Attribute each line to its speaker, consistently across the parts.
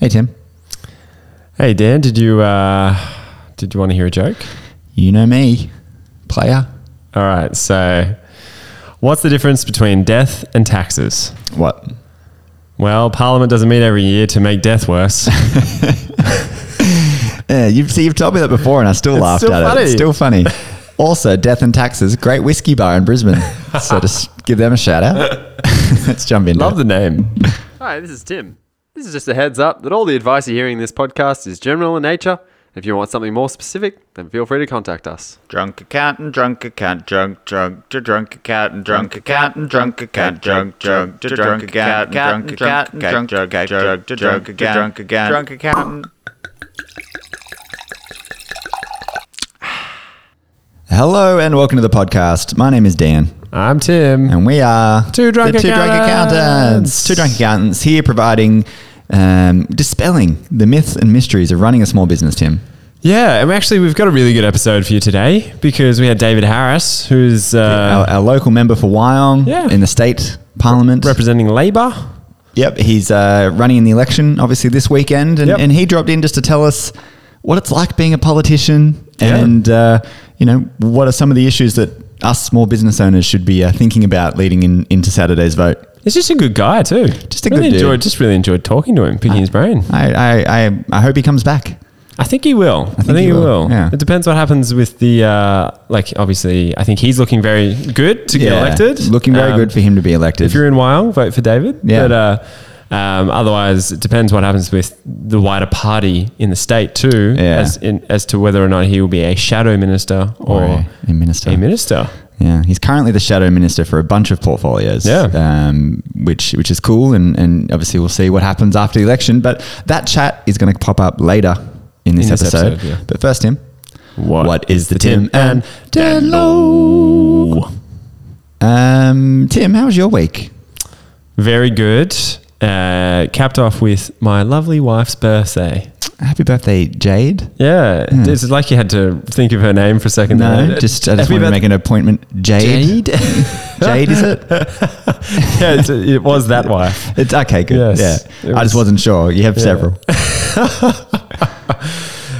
Speaker 1: Hey, Tim.
Speaker 2: Hey Dan, did you uh, did you want to hear a joke?
Speaker 1: You know me, player.
Speaker 2: All right, so what's the difference between death and taxes?
Speaker 1: What?
Speaker 2: Well, Parliament doesn't meet every year to make death worse.
Speaker 1: Yeah, you've, see, you've told me that before, and I still laughed
Speaker 2: still
Speaker 1: at it. It's
Speaker 2: funny.
Speaker 1: still funny. also, Death and Taxes, great whiskey bar in Brisbane. so just give them a shout out. Let's jump into
Speaker 2: Love
Speaker 1: it.
Speaker 2: the name.
Speaker 3: Hi, this is Tim. This is just a heads up that all the advice you hear in this podcast is general in nature. If you want something more specific, then feel free to contact us.
Speaker 4: Drunk accountant, drunk accountant, drunk, drunk, to drunk accountant, drunk accountant, drunk accountant, drunk, drunk, to drunk accountant, drunk accountant, drunk, drunk, drunk, to drunk accountant, drunk accountant, drunk accountant.
Speaker 1: Hello, and welcome to the podcast. My name is Dan,
Speaker 2: I'm Tim.
Speaker 1: and we are
Speaker 2: Two Drunk
Speaker 1: the two drunk
Speaker 2: Accountants.
Speaker 1: accountants. Two drunk accountants here providing, um, dispelling the myths and mysteries of running a small business. Tim,
Speaker 2: Yeah, and actually we've got a really good episode for you today because we had David Harris, who's uh,
Speaker 1: our, our local member for Wyong
Speaker 2: Yeah.
Speaker 1: in the state parliament,
Speaker 2: representing Labor.
Speaker 1: Yep, he's uh, running in the election, obviously, this weekend. And,
Speaker 2: Yep.
Speaker 1: and he dropped in just to tell us what it's like being a politician and, uh, you know, what are some of the issues that us small business owners should be uh, thinking about leading in, into Saturday's vote.
Speaker 2: He's just a good guy too. Just
Speaker 1: a
Speaker 2: really
Speaker 1: good dude.
Speaker 2: enjoyed, Just really enjoyed talking to him, picking his brain.
Speaker 1: I, I, I, I hope he comes back.
Speaker 2: I think he will. I think, he, will.
Speaker 1: yeah.
Speaker 2: It depends what happens with the uh, like. Obviously, I think he's looking very good to get elected.
Speaker 1: Looking very
Speaker 2: Um,
Speaker 1: good for him to be elected.
Speaker 2: If you're in Wyong, vote for David.
Speaker 1: Yeah.
Speaker 2: But uh, um, otherwise, it depends what happens with the wider party in the state too,
Speaker 1: Yeah.
Speaker 2: as in, as to whether or not he will be a shadow minister or,
Speaker 1: a- a minister.
Speaker 2: A minister.
Speaker 1: Yeah, he's currently the shadow minister for a bunch of portfolios.
Speaker 2: Yeah.
Speaker 1: um, which which is cool, and and obviously we'll see what happens after the election. But that chat is going to pop up later in this,
Speaker 2: In this
Speaker 1: episode.
Speaker 2: episode, yeah.
Speaker 1: But first, Tim, what is the Tim
Speaker 2: Tim
Speaker 1: and
Speaker 2: and
Speaker 1: Dan Low? Um, Tim, how was your week?
Speaker 2: Very good. Uh, capped off with my lovely wife's birthday.
Speaker 1: Happy birthday, Jade.
Speaker 2: Yeah, it's like you had to think of her name for a second.
Speaker 1: Hmm. No,
Speaker 2: there.
Speaker 1: just I just
Speaker 2: Happy
Speaker 1: wanted to
Speaker 2: birth-
Speaker 1: make an appointment. Jade,
Speaker 2: Jade.
Speaker 1: Jade, is it?
Speaker 2: yeah, it's, it was that wife.
Speaker 1: It's okay, good.
Speaker 2: Yes.
Speaker 1: yeah,
Speaker 2: It
Speaker 1: I just
Speaker 2: was-
Speaker 1: wasn't sure. You have several.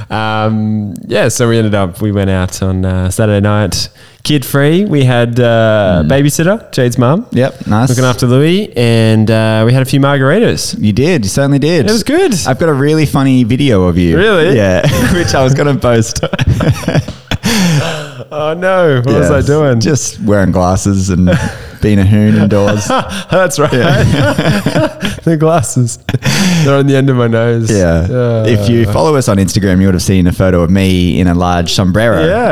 Speaker 2: Um, yeah, so we ended up, we went out on uh, Saturday night, kid free. We had uh, babysitter, Jade's mum.
Speaker 1: Mm. Yep, nice.
Speaker 2: Looking after Louis, and uh, we had a few margaritas.
Speaker 1: You did. You certainly did.
Speaker 2: It was good.
Speaker 1: I've got a really funny video of you.
Speaker 2: Really?
Speaker 1: Yeah. Which I was going to post. What
Speaker 2: Oh no, what was I doing?
Speaker 1: Just wearing glasses and being a hoon indoors.
Speaker 2: That's right. the glasses. They're on the end of my nose.
Speaker 1: Yeah.
Speaker 2: Uh,
Speaker 1: if you follow us on Instagram, you would have seen a photo of me in a large sombrero.
Speaker 2: Yeah.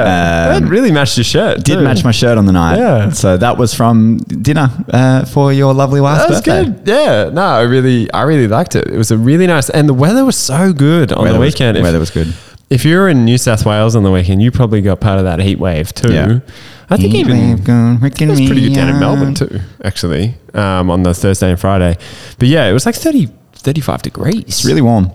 Speaker 1: Um,
Speaker 2: that really matched your shirt.
Speaker 1: did
Speaker 2: too.
Speaker 1: match my shirt on the night.
Speaker 2: Yeah.
Speaker 1: So that was from dinner uh, for your lovely wife's
Speaker 2: That was
Speaker 1: birthday.
Speaker 2: good. Yeah. No, I really, I really liked it. It was a really nice, and the weather was so good on
Speaker 1: Weather
Speaker 2: the
Speaker 1: was-
Speaker 2: weekend. If-
Speaker 1: weather was good.
Speaker 2: If you were in New South Wales on the weekend, you probably got part of that heat wave too.
Speaker 1: Yeah.
Speaker 2: I think even
Speaker 1: it
Speaker 2: it was pretty good down in Melbourne too, actually, um, on the Thursday and Friday. But yeah, it was like 30, 35 degrees.
Speaker 1: It's really Hmm. warm.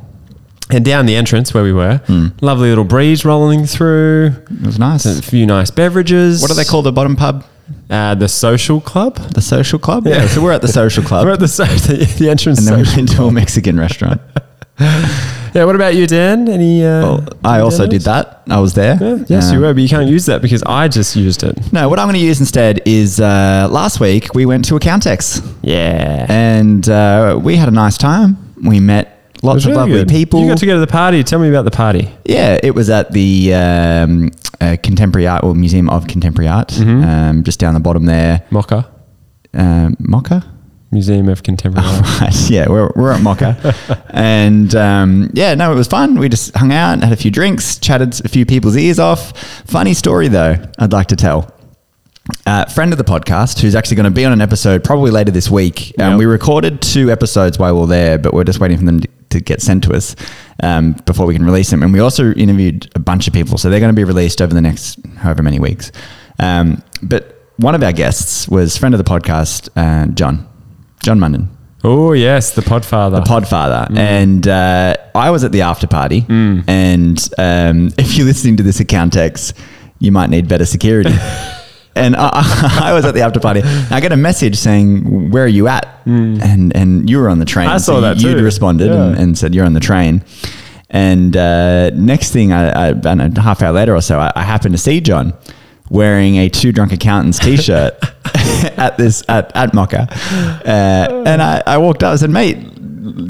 Speaker 2: and down the entrance where we were, lovely little breeze rolling through,
Speaker 1: It was nice.
Speaker 2: a few nice beverages.
Speaker 1: What do they call the bottom pub?
Speaker 2: Uh, the social club.
Speaker 1: The social club?
Speaker 2: Yeah.
Speaker 1: So we're at the social club.
Speaker 2: We're at the, so- the, the entrance.
Speaker 1: and then we
Speaker 2: social-
Speaker 1: went to a Mexican restaurant.
Speaker 2: yeah. What about you, Dan? Any? Uh,
Speaker 1: Well, I also did that. I was there.
Speaker 2: Yeah, yes,
Speaker 1: Um,
Speaker 2: you were, but you can't use that because I just used it.
Speaker 1: No, what I'm going to use instead is uh, last week we went to Accountex
Speaker 2: Yeah.
Speaker 1: and uh, we had a nice time. We met lots of lovely people.
Speaker 2: You got to go to the party. Tell me about the party.
Speaker 1: Yeah, it was at the um, uh, Contemporary Art or Museum of Contemporary Art,
Speaker 2: Mm-hmm.
Speaker 1: um, just down the bottom there.
Speaker 2: Mocha
Speaker 1: Um, Mocha?
Speaker 2: Museum of Contemporary Art.
Speaker 1: Right, yeah, we're, we're at Mocha. and um, yeah, no, it was fun. We just hung out and had a few drinks, chatted a few people's ears off. Funny story, though, I'd like to tell. Uh, friend of the podcast, who's actually going to be on an episode probably later this week. Um,
Speaker 2: Yep.
Speaker 1: We recorded two episodes while we were there, but we're just waiting for them to, to get sent to us um, before we can release them. And we also interviewed a bunch of people, so they're going to be released over the next however many weeks. Um, but one of our guests was friend of the podcast, uh, John, John Munden
Speaker 2: Oh yes, the Podfather. Mm.
Speaker 1: the Podfather, and uh, I was at the after party. And um, if you're listening to this account text, you might need better security. and I, I was at the after party. And I got a message saying, "Where are you at?" And and you were on the train.
Speaker 2: Mm. I saw
Speaker 1: you-
Speaker 2: that
Speaker 1: You'd
Speaker 2: too.
Speaker 1: responded and,
Speaker 2: Yeah.
Speaker 1: and said you're on the train. And uh, next thing, I, I, I don't know, half hour later or so, I, I happened to see John wearing a two drunk accountants t-shirt at this at at Mocha, uh, and I, I walked up and said, "Mate,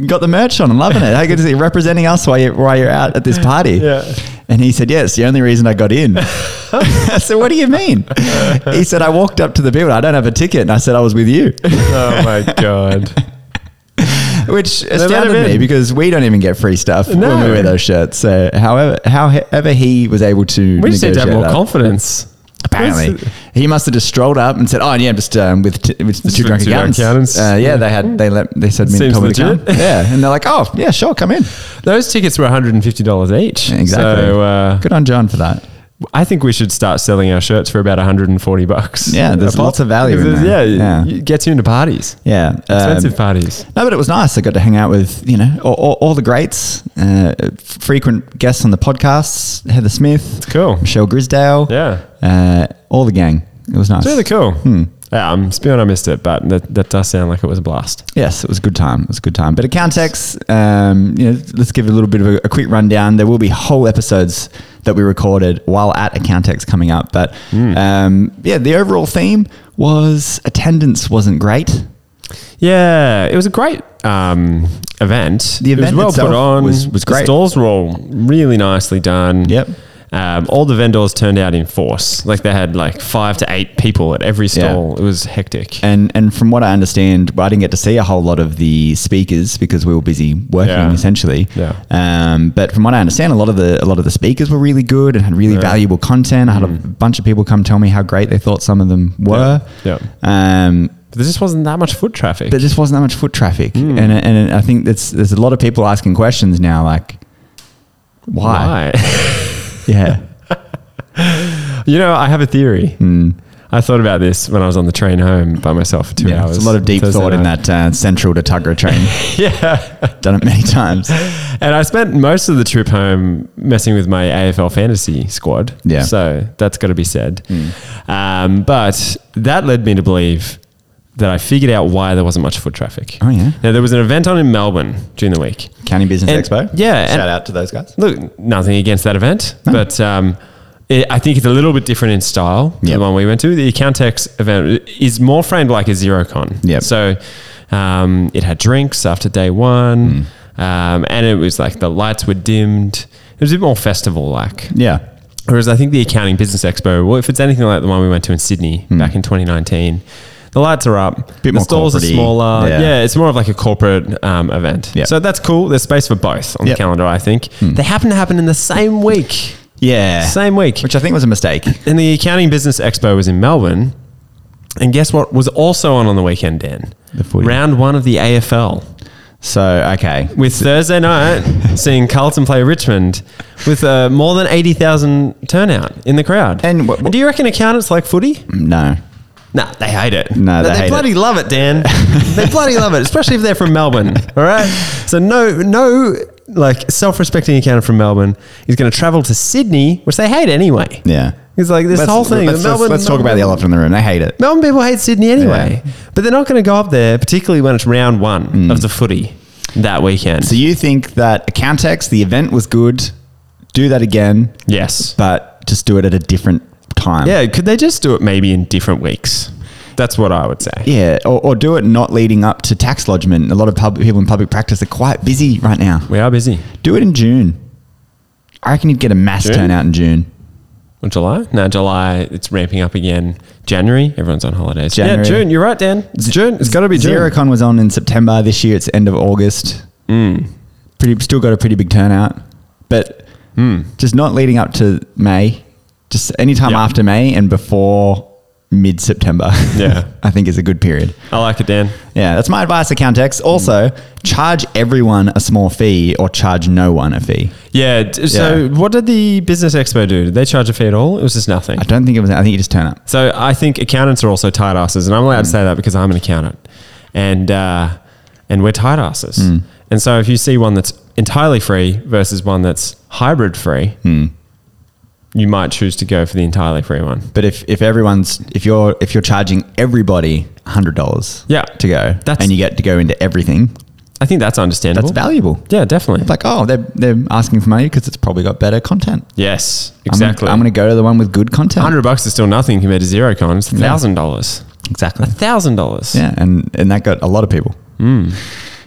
Speaker 1: got the merch on, I'm loving it. How good to see you representing us while you're while you're out at this party."
Speaker 2: Yeah.
Speaker 1: And he said, "Yes, the only reason I got in." I said, "What do you mean?" He said, "I walked up to the people. I don't have a ticket." And I said, "I was with you."
Speaker 2: Oh my god.
Speaker 1: which
Speaker 2: let him
Speaker 1: astounded me
Speaker 2: in.
Speaker 1: because we don't even get free stuff when we
Speaker 2: No.
Speaker 1: wear those shirts. So, however, however he was able to,
Speaker 2: We just need to have
Speaker 1: negotiate
Speaker 2: more
Speaker 1: that,
Speaker 2: confidence.
Speaker 1: Apparently, he must have just strolled up and said, "Oh, and yeah, just um, with, t- with the two
Speaker 2: with
Speaker 1: drunk
Speaker 2: two drunk
Speaker 1: accountants."
Speaker 2: accountants.
Speaker 1: Uh, yeah, they had they let they said me and
Speaker 2: Seems
Speaker 1: Tom were to
Speaker 2: legit.
Speaker 1: come. Yeah, and they're like, "Oh, yeah, sure, come in."
Speaker 2: Those tickets were $150 each.
Speaker 1: Exactly.
Speaker 2: So uh,
Speaker 1: Good on John for that.
Speaker 2: I think we should start selling our shirts for about 140 bucks.
Speaker 1: Yeah, there's
Speaker 2: a pop.
Speaker 1: lots of value in
Speaker 2: Because
Speaker 1: there.
Speaker 2: there's- Yeah,
Speaker 1: Yeah.
Speaker 2: It gets you into parties.
Speaker 1: Yeah,
Speaker 2: Expensive
Speaker 1: um,
Speaker 2: parties.
Speaker 1: No, but it was nice. I got to hang out with you know all, all, all the greats, uh, frequent guests on the podcasts, Heather Smith,
Speaker 2: Cool.
Speaker 1: Michelle Grisdale,
Speaker 2: Yeah.
Speaker 1: uh, all the gang. It was nice.
Speaker 2: It's really cool.
Speaker 1: Hmm.
Speaker 2: Yeah, I'm spewing I missed it, but that, that does sound like it was a blast.
Speaker 1: Yes, it was a good time. It was a good time. But at Countex, um, you know, let's give it a little bit of a, a quick rundown. There will be whole episodes that we recorded while at Accountex coming up. But
Speaker 2: Hmm.
Speaker 1: um, yeah, the overall theme was attendance wasn't great.
Speaker 2: Yeah, it was a great um, event.
Speaker 1: The
Speaker 2: it was
Speaker 1: event
Speaker 2: well
Speaker 1: itself
Speaker 2: put on.
Speaker 1: was- was
Speaker 2: The
Speaker 1: great.
Speaker 2: stalls were all really nicely done.
Speaker 1: Yep.
Speaker 2: Um, all the vendors turned out in force. Like they had like five to eight people at every
Speaker 1: Yeah.
Speaker 2: stall. It was hectic.
Speaker 1: And and from what I understand, well, I didn't get to see a whole lot of the speakers because we were busy working
Speaker 2: Yeah.
Speaker 1: essentially.
Speaker 2: Yeah.
Speaker 1: Um, but from what I understand, a lot of the a lot of the speakers were really good and had really valuable content. I had a bunch of people come tell me how great they thought some of them were.
Speaker 2: Hmm. Yeah.
Speaker 1: Um,
Speaker 2: But there just wasn't that much foot traffic.
Speaker 1: but just wasn't that much foot traffic,
Speaker 2: Hmm.
Speaker 1: and and I think that's there's a lot of people asking questions now, like why? Yeah.
Speaker 2: you know, I have a theory.
Speaker 1: Hmm.
Speaker 2: I thought about this when I was on the train home by myself for two
Speaker 1: Yeah,
Speaker 2: hours.
Speaker 1: it's a lot of deep
Speaker 2: Thursday
Speaker 1: thought in
Speaker 2: night.
Speaker 1: that uh, central to Tugra train.
Speaker 2: Yeah.
Speaker 1: Done it many times.
Speaker 2: And I spent most of the trip home messing with my AFL fantasy squad.
Speaker 1: Yeah. Hmm.
Speaker 2: So that's got to be said. Um, but that led me to believe that I figured out why there wasn't much foot traffic.
Speaker 1: Oh, yeah?
Speaker 2: Now, there was an event on in Melbourne during the week.
Speaker 1: County Business
Speaker 2: And-
Speaker 1: Expo.
Speaker 2: yeah,
Speaker 1: Shout
Speaker 2: and-
Speaker 1: out to those guys.
Speaker 2: Look, nothing against that event, but um, it, I think it's a little bit different in style to
Speaker 1: Yep.
Speaker 2: the one we went to. The Accountex event is more framed like a zero con.
Speaker 1: Yep.
Speaker 2: So um, it had drinks after day one,
Speaker 1: Mm.
Speaker 2: um, and it was like the lights were dimmed. It was a bit more festival like.
Speaker 1: Yeah.
Speaker 2: Whereas I think the Accounting Business Expo, well, if it's anything like the one we went to in Sydney back in 2019, the lights are up. the
Speaker 1: Hmm. more
Speaker 2: stalls are
Speaker 1: corporate-y.
Speaker 2: smaller.
Speaker 1: Yeah.
Speaker 2: Yeah. it's more of like a corporate um, event.
Speaker 1: Yep.
Speaker 2: So that's cool. There's space for both on
Speaker 1: Yep. Hmm.
Speaker 2: the calendar, I think. They happen to happen in the same week.
Speaker 1: Yeah.
Speaker 2: Same week.
Speaker 1: Which I think was a mistake.
Speaker 2: and the Accounting Business Expo was in Melbourne. And guess what was also on on the weekend, Dan?
Speaker 1: The footy.
Speaker 2: Round one of the AFL.
Speaker 1: So, okay.
Speaker 2: With Thursday night seeing Carlton play Richmond with uh, more than 80,000 turnout in the crowd.
Speaker 1: And wh- wh-
Speaker 2: do you reckon accountants like footy?
Speaker 1: No.
Speaker 2: Nah, they hate it.
Speaker 1: No, they hate
Speaker 2: bloody love it, Dan. they bloody love it, especially if they're from Melbourne. All right, so no, no, like self-respecting accountant from Melbourne is going to travel to Sydney, which they hate anyway.
Speaker 1: Yeah.
Speaker 2: it's like this
Speaker 1: Let's-
Speaker 2: whole thing.
Speaker 1: Let's,
Speaker 2: the
Speaker 1: let's, let's talk about the elephant in the room. They hate it.
Speaker 2: Melbourne people hate Sydney anyway, but they're not going to go up there, particularly when it's round one
Speaker 1: Mm.
Speaker 2: of the footy that weekend.
Speaker 1: So, you think that Accountex, the event was good, do that again,
Speaker 2: yes,
Speaker 1: but just do it at a different time.
Speaker 2: yeah. Could they just do it maybe in different weeks? That's what I would say.
Speaker 1: Yeah. Or, or do it not leading up to tax lodgement. A lot of pub- people in public practice are quite busy right now.
Speaker 2: We are busy.
Speaker 1: Do it in June. I reckon you'd get a mass
Speaker 2: June?
Speaker 1: turnout in June.
Speaker 2: Or July? No, July. It's ramping up again. January, everyone's on holidays. Yeah,
Speaker 1: January.
Speaker 2: June. You're right, Dan. It's June. It's got to be June.
Speaker 1: ZeroCon was on in September this year. It's end of August.
Speaker 2: Hmm.
Speaker 1: Pretty still got a pretty big turnout, but just not leading up to May. Just any time
Speaker 2: Hmm. Yeah.
Speaker 1: after May and before mid September.
Speaker 2: Yeah.
Speaker 1: I think is a good period.
Speaker 2: I like it, Dan.
Speaker 1: Yeah, that's my advice to Countex. Also,
Speaker 2: Hmm.
Speaker 1: charge everyone a small fee or charge no one a fee.
Speaker 2: Yeah. d- So,
Speaker 1: Yeah.
Speaker 2: what did the business expo do? Did they charge a fee at all? It was just nothing.
Speaker 1: I don't think it was. I think you just turn up.
Speaker 2: So, I think accountants are also tight asses, and I'm allowed to say that because I'm an accountant, and uh, and we're tight asses. And Mm. so, if you see one that's entirely free versus one that's hybrid free, you might choose to go for the entirely free one.
Speaker 1: But if, if everyone's if you're if you're charging everybody hundred dollars
Speaker 2: Yeah.
Speaker 1: to go
Speaker 2: That's-
Speaker 1: and you get to go into everything,
Speaker 2: I think that's understandable.
Speaker 1: that's valuable.
Speaker 2: Yeah, definitely.
Speaker 1: It's like oh they're they're asking for money because it's probably got better content.
Speaker 2: yes,
Speaker 1: I'm gonna-
Speaker 2: exactly.
Speaker 1: I'm going to go to the one with good content.
Speaker 2: 100 bucks is still nothing compared to zero con. It's $1,000.
Speaker 1: exactly.
Speaker 2: $1,000.
Speaker 1: Yeah, and and that got a lot of people.
Speaker 2: Hmm.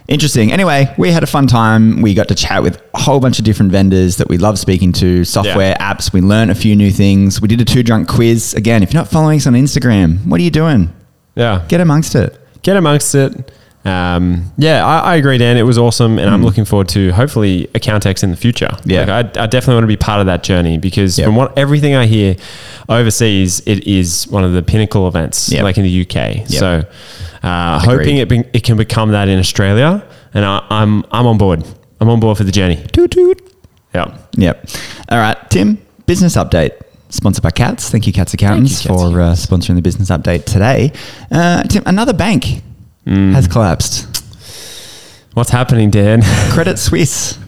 Speaker 1: Interesting. Anyway, we had a fun time. We got to chat with a whole bunch of different vendors that we love speaking to, software, apps. We learned a few new things. We did a two drunk quiz. Again, if you're not following us on Instagram, what are you doing?
Speaker 2: Yeah.
Speaker 1: Get amongst it.
Speaker 2: get amongst it. Um, yeah, I, I agree, Dan. It was awesome, and I'm looking forward to hopefully Accountex in the future.
Speaker 1: Mm. Yeah.
Speaker 2: Like, I, I definitely want to be part of that journey because
Speaker 1: Yeah.
Speaker 2: from what everything I hear overseas, it is one of the pinnacle events,
Speaker 1: Yeah.
Speaker 2: like in the UK.
Speaker 1: Yeah.
Speaker 2: So, uh, hoping
Speaker 1: Agreed.
Speaker 2: it be, it can become that in Australia, and I, I'm I'm on board. I'm on board for the journey.
Speaker 1: Toot toot.
Speaker 2: Yeah.
Speaker 1: Yep. All right, Tim, business update. Sponsored by Cats. Thank you, Cats Accountants,
Speaker 2: Cats
Speaker 1: for uh, sponsoring the business update today. Uh, Tim, another bank has collapsed.
Speaker 2: What's happening, Dan?
Speaker 1: Um, Credit Suisse.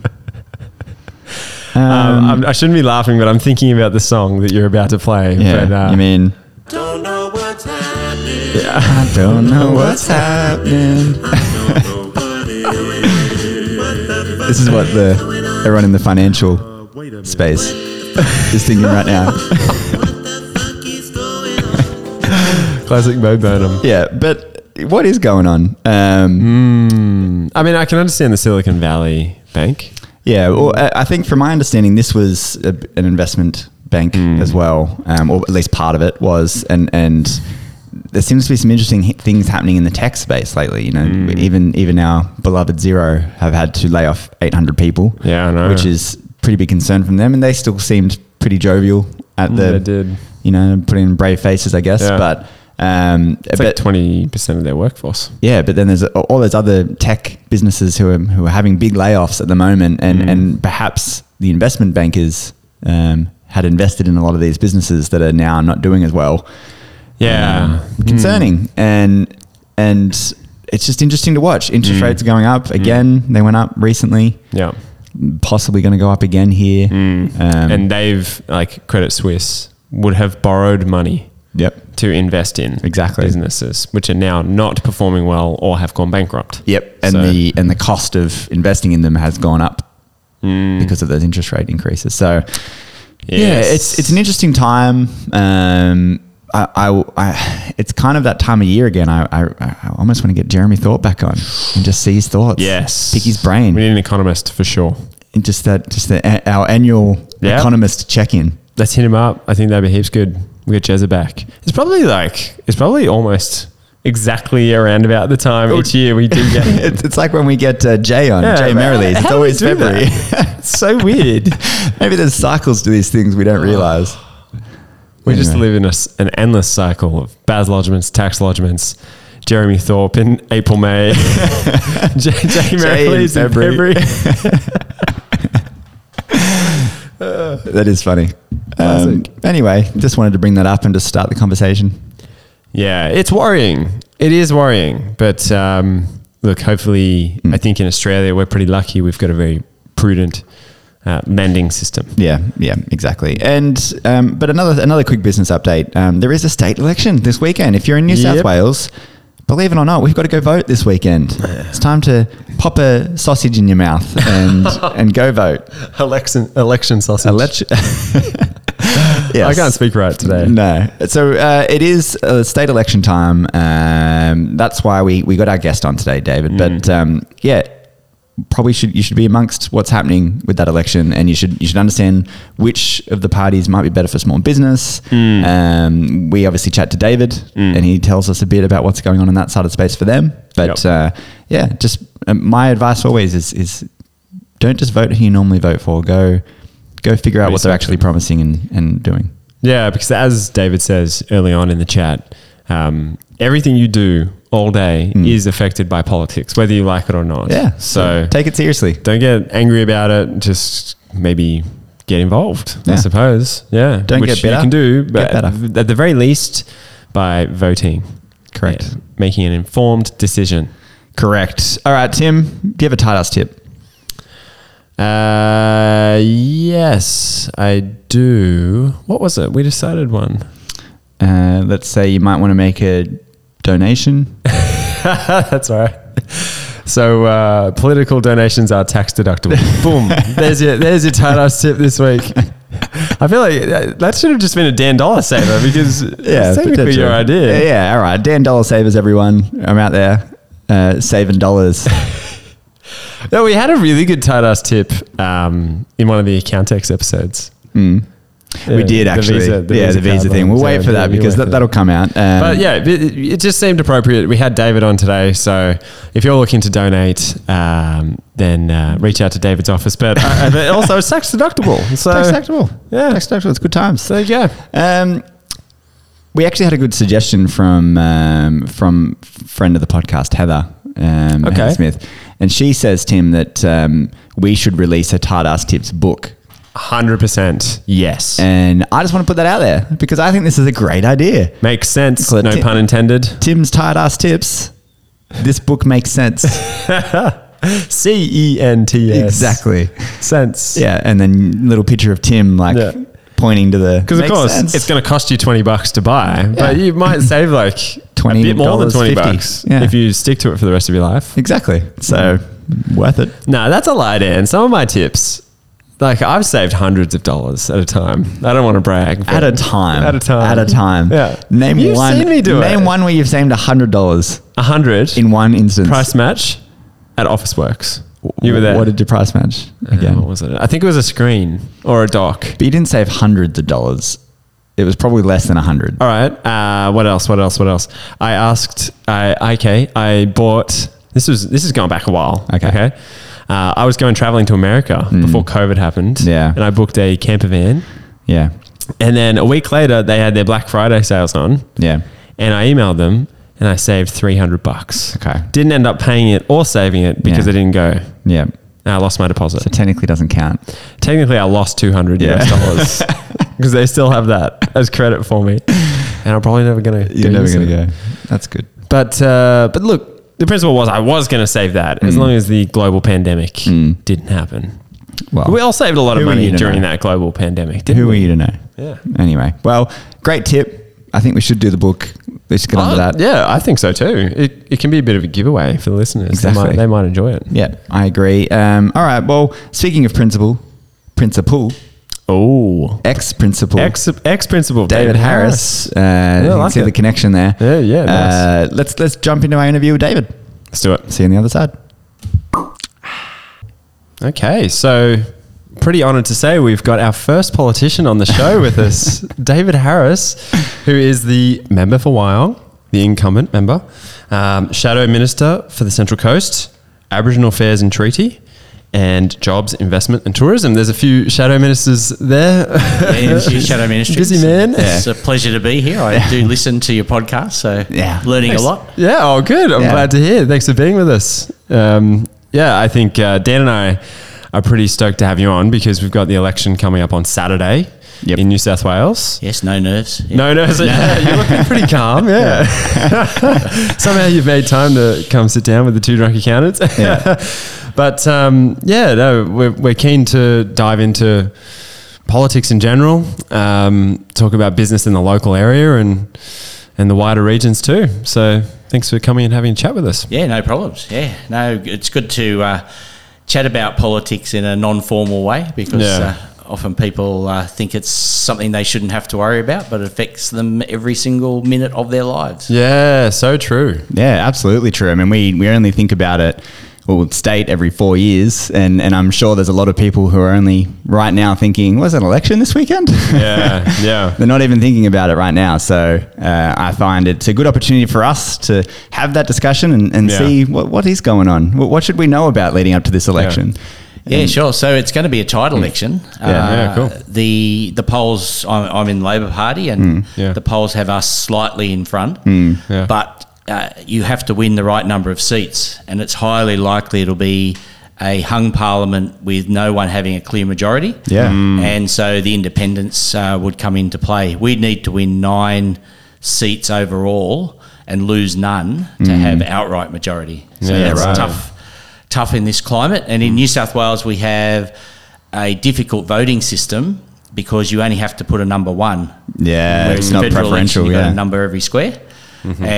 Speaker 2: Um, I'm, I shouldn't be laughing, but I'm thinking about the song that you're about to play.
Speaker 1: Yeah,
Speaker 2: but, uh,
Speaker 1: you mean. Don't know what's happening. I don't know what's happening. this is what the everyone in the financial space is thinking right now.
Speaker 2: classic Bo Burnham.
Speaker 1: Yeah, but what is going on? Um,
Speaker 2: I mean, I can understand the Silicon Valley Bank.
Speaker 1: Yeah, well, I I think from my understanding, this was a, an investment bank
Speaker 2: Mm.
Speaker 1: as well, um, or at least part of it was, and and there seems to be some interesting hi- things happening in the tech space lately. You know,
Speaker 2: Mm.
Speaker 1: even even our beloved Zero have had to lay off 800 people.
Speaker 2: Yeah, I know.
Speaker 1: which is pretty big concern from them, and they still seemed pretty jovial at the.
Speaker 2: Mm, they did.
Speaker 1: You know, putting in brave faces, I guess,
Speaker 2: Yeah.
Speaker 1: but. Um,
Speaker 2: It's like
Speaker 1: but
Speaker 2: twenty percent of their workforce.
Speaker 1: yeah, but then there's all those other tech businesses who are who are having big layoffs at the moment, and and perhaps the investment bankers um, had invested in a lot of these businesses that are now not doing as well.
Speaker 2: Yeah,
Speaker 1: Concerning, and and it's just interesting to watch. Interest rates are going up again. They went up recently.
Speaker 2: yeah.
Speaker 1: Possibly going to go up again here. Um,
Speaker 2: and they've like Credit Suisse would have borrowed money
Speaker 1: yep,
Speaker 2: to invest in
Speaker 1: Exactly.
Speaker 2: businesses which are now not performing well or have gone bankrupt.
Speaker 1: yep, and
Speaker 2: So-
Speaker 1: the and the cost of investing in them has gone up
Speaker 2: Hmm.
Speaker 1: because of those interest rate increases. So Yeah, it's it's an interesting time. Um, I, I, I, it's kind of that time of year again. I, I, I almost want to get Jeremy Thought back on and just see his thoughts.
Speaker 2: yes.
Speaker 1: pick his brain.
Speaker 2: We need an economist for sure.
Speaker 1: And just that, just the, our annual
Speaker 2: Yeah.
Speaker 1: economist check in.
Speaker 2: Let's hit him up. I think that'd be heaps good. We get Jezza back. It's probably like it's probably almost exactly around about the time each year we do get him.
Speaker 1: It's, it's like when we get uh, Jay on
Speaker 2: Yeah,
Speaker 1: Jay
Speaker 2: man,
Speaker 1: Merrilies.
Speaker 2: how
Speaker 1: It's
Speaker 2: do we
Speaker 1: always
Speaker 2: do
Speaker 1: February.
Speaker 2: It's so weird.
Speaker 1: Maybe there's cycles to these things we
Speaker 2: Oh.
Speaker 1: don't realize.
Speaker 2: We just
Speaker 1: Anyway.
Speaker 2: live in a s an endless cycle of Baz lodgements, tax lodgements, Jeremy Thorpe in April, May, J- Jay Merrill's in
Speaker 1: February.
Speaker 2: February.
Speaker 1: That is funny. Um,
Speaker 2: Classic.
Speaker 1: anyway, just wanted to bring that up and just start the conversation.
Speaker 2: yeah, it's worrying. It is worrying. But um, look, hopefully, I think in Australia, we're pretty lucky. We've got a very prudent uh, mending system.
Speaker 1: Yeah, yeah, exactly. And um, but another another quick business update. Um, there is a state election this weekend. If you're in New South
Speaker 2: Yep.
Speaker 1: Wales, believe it or not, we've got to go vote this weekend. It's time to pop a sausage in your mouth and and go vote.
Speaker 2: Election, election sausage.
Speaker 1: Election. yes.
Speaker 2: I can't speak right today.
Speaker 1: No. So uh, it is uh, state election time. Um, that's why we, we got our guest on today, David.
Speaker 2: Mm.
Speaker 1: But um, yeah, probably should you should be amongst what's happening with that election, and you should you should understand which of the parties might be better for small business.
Speaker 2: Mm.
Speaker 1: Um, we obviously chat to David, and he tells us a bit about what's going on in that side of space for them. But uh, yeah, just uh, my advice always is is don't just vote who you normally vote for. Go go figure out what they're
Speaker 2: Research
Speaker 1: actually promising and, and doing.
Speaker 2: Yeah, because as David says early on in the chat, um, everything you do all day is affected by politics, whether you like it or not.
Speaker 1: Yeah.
Speaker 2: Hmm. So
Speaker 1: take it seriously.
Speaker 2: don't get angry about it. Just maybe get involved,
Speaker 1: Yeah.
Speaker 2: I suppose. Yeah.
Speaker 1: Don't
Speaker 2: Which
Speaker 1: get bitter,
Speaker 2: You can do,
Speaker 1: get
Speaker 2: but
Speaker 1: better.
Speaker 2: at the very least, by voting.
Speaker 1: Correct.
Speaker 2: Yeah, making an informed decision.
Speaker 1: Correct. All right, Tim, give a tight ass tip.
Speaker 2: Uh, yes, I do. What was it? We decided one.
Speaker 1: Uh, let's say you might want to make a donation.
Speaker 2: That's all right. So uh, political donations are tax deductible. Boom. There's your there's your Tardos tip this week. I feel like uh, that, that should have just been a Dan Dollar saver because yeah, it's technically
Speaker 1: potentially.
Speaker 2: your idea.
Speaker 1: Yeah, yeah, all right. Dan Dollar Savers, everyone. I'm out there uh, saving dollars.
Speaker 2: No, we had a really good Tardos tip um, in one of the Accountex episodes. Yeah,
Speaker 1: Hmm. we did
Speaker 2: the
Speaker 1: actually.
Speaker 2: Visa- the
Speaker 1: yeah,
Speaker 2: Visa
Speaker 1: the visa
Speaker 2: card
Speaker 1: thing.
Speaker 2: one.
Speaker 1: We'll
Speaker 2: So,
Speaker 1: wait for
Speaker 2: yeah,
Speaker 1: that
Speaker 2: you
Speaker 1: because
Speaker 2: wait
Speaker 1: that,
Speaker 2: for
Speaker 1: that'll come out. Um,
Speaker 2: But yeah, it, it just seemed appropriate. We had David on today, so if you're looking to donate, um, then uh, reach out to David's office. But, uh, but also, it's tax deductible. So
Speaker 1: tax deductible.
Speaker 2: Yeah.
Speaker 1: Tax deductible. It's good times.
Speaker 2: there you go.
Speaker 1: Um, we actually had a good suggestion from um, from friend of the podcast Heather, um,
Speaker 2: Okay.
Speaker 1: Heather Smith, and she says Tim that um, we should release a Tard Ass Tips book.
Speaker 2: Hundred percent. Yes,
Speaker 1: And I just want to put that out there because I think this is a great idea.
Speaker 2: makes sense.
Speaker 1: Clint-
Speaker 2: No pun intended.
Speaker 1: Tim's Tard Ass Tips. This book makes sense.
Speaker 2: C E N T S.
Speaker 1: Exactly.
Speaker 2: Sense.
Speaker 1: Yeah, and then little picture of Tim like
Speaker 2: Yeah.
Speaker 1: pointing to the.
Speaker 2: Because of
Speaker 1: Makes
Speaker 2: course
Speaker 1: sense.
Speaker 2: it's going to cost you twenty bucks to buy, but you might save like
Speaker 1: 20
Speaker 2: a bit more than
Speaker 1: dollars,
Speaker 2: twenty
Speaker 1: 50.
Speaker 2: bucks
Speaker 1: Yeah.
Speaker 2: if you stick to it for the rest of your life.
Speaker 1: exactly. So worth it.
Speaker 2: No, that's a lie, Dan. Some of my tips, like I've saved hundreds of dollars at a time. I don't want to brag. but-
Speaker 1: At a time.
Speaker 2: At a time.
Speaker 1: At a time.
Speaker 2: Yeah.
Speaker 1: Name
Speaker 2: You've
Speaker 1: one.
Speaker 2: seen me do
Speaker 1: name
Speaker 2: it.
Speaker 1: one where you've saved hundred dollars
Speaker 2: A hundred
Speaker 1: in one instance.
Speaker 2: price match at Office Works. You were there.
Speaker 1: What did you price match again?
Speaker 2: What was it? I think it was a screen or a dock.
Speaker 1: But you didn't save hundreds of dollars. It was probably less than a hundred.
Speaker 2: All right. Uh, what else? What else? What else? I asked. I okay. I bought. This was. This is going back a while.
Speaker 1: Okay. Hmm.
Speaker 2: Okay. Uh, I was going traveling to America before COVID happened.
Speaker 1: Yeah.
Speaker 2: And I booked a camper van.
Speaker 1: Yeah.
Speaker 2: And then a week later, they had their Black Friday sales on.
Speaker 1: Yeah.
Speaker 2: and I emailed them and I saved 300 bucks.
Speaker 1: Okay.
Speaker 2: Didn't end up paying it or saving it because
Speaker 1: Yeah.
Speaker 2: I didn't go.
Speaker 1: Yeah.
Speaker 2: And I lost my deposit.
Speaker 1: So technically doesn't count.
Speaker 2: Technically, I lost 200
Speaker 1: Yeah.
Speaker 2: US dollars because they still have that as credit for me. And I'm probably never going to
Speaker 1: You're never gonna go. That's good.
Speaker 2: But, uh, but look, the principle was I was going to save that
Speaker 1: Mm.
Speaker 2: as long as the global pandemic didn't happen.
Speaker 1: Well,
Speaker 2: We all saved a lot of
Speaker 1: Mm. Oh. Who are you
Speaker 2: money
Speaker 1: to
Speaker 2: during
Speaker 1: know?
Speaker 2: that global pandemic, didn't
Speaker 1: who are
Speaker 2: we?
Speaker 1: you to know?
Speaker 2: Yeah.
Speaker 1: Anyway, well, great tip. I think we should do the book. Let's get onto
Speaker 2: Oh,
Speaker 1: that.
Speaker 2: Yeah, I think so too. It, it can be a bit of a giveaway for the listeners. They,
Speaker 1: Exactly.
Speaker 2: might, they might enjoy it.
Speaker 1: Yeah, I agree. Um, all right. Well, speaking of principle, principal,
Speaker 2: Oh,
Speaker 1: ex principal,
Speaker 2: ex ex principal
Speaker 1: David Harris. Uh, you can
Speaker 2: like
Speaker 1: see
Speaker 2: it.
Speaker 1: the connection there.
Speaker 2: Yeah, yeah,
Speaker 1: Uh, let's let's jump into our interview with David.
Speaker 2: Let's do it.
Speaker 1: See you on the other side.
Speaker 2: Okay, so pretty honored to say we've got our first politician on the show with us, David Harris, who is the member for Wyong, the incumbent member, um, shadow minister for the Central Coast, Aboriginal Affairs and Treaty. And jobs, investment, and tourism. There's a few shadow ministers there.
Speaker 5: and Hugh Shadow Ministries.
Speaker 2: Busy man.
Speaker 5: It's a pleasure to be here. I do listen to your podcast, so
Speaker 1: Yeah.
Speaker 5: learning a lot.
Speaker 2: Yeah, oh, good. I'm
Speaker 1: Yeah.
Speaker 2: glad to hear. Thanks for being with us. Um, yeah, I think uh, Dan and I are pretty stoked to have you on because we've got the election coming up on Saturday
Speaker 1: Yep.
Speaker 2: in New South Wales.
Speaker 5: Yes, no nerves. Yeah.
Speaker 2: No, no, so, yeah, you're looking pretty calm. Yeah. Somehow you've made time to come sit down with the two drunk accountants.
Speaker 1: Yeah.
Speaker 2: but um, yeah, no, we're, we're keen to dive into politics in general, um, talk about business in the local area and and the wider regions too. So thanks for coming and having a chat with us.
Speaker 5: Yeah, no problems. Yeah, no, it's good to uh, chat about politics in a non-formal way because
Speaker 2: Yeah.
Speaker 5: uh, often people uh, think it's something they shouldn't have to worry about, but it affects them every single minute of their lives.
Speaker 2: Yeah, so true.
Speaker 1: Yeah, absolutely true. I mean, we, we only think about it, well, state every four years. And, and I'm sure there's a lot of people who are only right now thinking, was an election this weekend?
Speaker 2: Yeah, yeah.
Speaker 1: They're not even thinking about it right now. So uh, I find it's a good opportunity for us to have that discussion and, and
Speaker 2: Yeah.
Speaker 1: see what, what is going on. What, what should we know about leading up to this election?
Speaker 5: Yeah, sure. So it's going to be a tight election. Yeah,
Speaker 2: yeah, cool.
Speaker 5: The the polls. I'm, I'm in Labor Party, and
Speaker 2: Mm, yeah. Mm,
Speaker 5: the polls have us slightly in front.
Speaker 2: yeah.
Speaker 5: But uh, you have to win the right number of seats, and it's highly likely it'll be a hung parliament with no one having a clear majority.
Speaker 1: Yeah.
Speaker 5: and so the independents uh, would come into play. We'd need to win nine seats
Speaker 1: Mm.
Speaker 5: overall and lose none to have outright majority. So
Speaker 2: Yeah,
Speaker 5: that's
Speaker 2: right.
Speaker 5: tough tough in this climate. And in New South Wales, we have a difficult voting system because you only have to put a number one.
Speaker 1: Yeah,
Speaker 5: Whereas
Speaker 1: it's
Speaker 5: the
Speaker 1: not
Speaker 5: federal election,
Speaker 1: preferential.
Speaker 5: You've got
Speaker 1: Yeah. Mm-hmm.
Speaker 5: a number every square.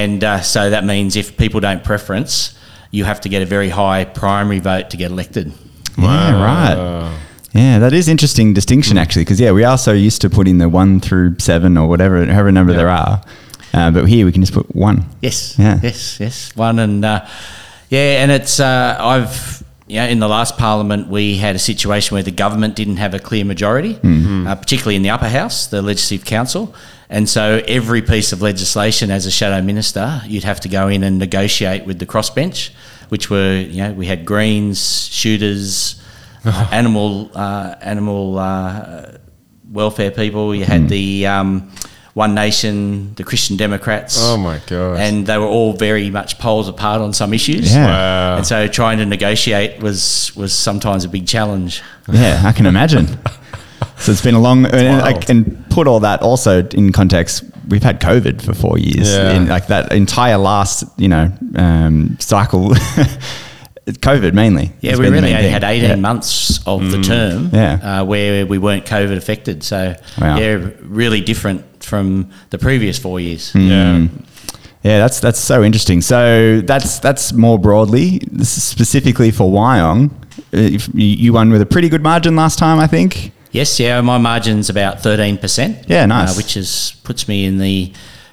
Speaker 5: And uh, so that means if people don't preference, you have to get a very high primary vote to get elected.
Speaker 1: Yeah, right. Yeah, that is interesting distinction actually, because yeah, we are so used to putting the one through seven or whatever, however number there are, uh, but here we can just put one.
Speaker 5: Yes.
Speaker 1: Yeah.
Speaker 5: Yes. Yes. One and uh, yeah, and it's uh, I've you know, in the last parliament we had a situation where the government didn't have a clear majority,
Speaker 2: Mm-hmm.
Speaker 5: uh, particularly in the upper house, the legislative council, and so every piece of legislation as a shadow minister you'd have to go in and negotiate with the crossbench, which were you know we had Greens, shooters, uh, animal uh, animal. Uh, welfare people. You
Speaker 2: Mm.
Speaker 5: had the um, One Nation, the Christian Democrats.
Speaker 2: Oh my gosh.
Speaker 5: And they were all very much poles apart on some issues.
Speaker 1: Yeah.
Speaker 2: Wow.
Speaker 5: And so trying to negotiate was was sometimes a big challenge.
Speaker 1: Yeah, I can imagine. so it's been a long, and, I
Speaker 2: wild.
Speaker 1: can put all that also in context. We've had COVID for four years,
Speaker 2: Yeah.
Speaker 1: in, like that entire last, you know, um, cycle. COVID mainly.
Speaker 5: Yeah,
Speaker 1: has
Speaker 5: we
Speaker 1: been the
Speaker 5: really
Speaker 1: main
Speaker 5: only
Speaker 1: thing.
Speaker 5: had 18
Speaker 1: Yeah.
Speaker 5: months of the term
Speaker 1: Yeah.
Speaker 5: uh, where we weren't COVID affected. So,
Speaker 1: Wow.
Speaker 5: yeah, really different from the previous four
Speaker 1: Hmm.
Speaker 5: years.
Speaker 2: yeah.
Speaker 1: Yeah, that's that's so interesting. So that's that's more broadly, This is specifically for Wyong. Uh, If you you won with a pretty good margin last time, I think.
Speaker 5: Yes, yeah, my margin's about 13%.
Speaker 1: Yeah, nice.
Speaker 5: which is puts me in the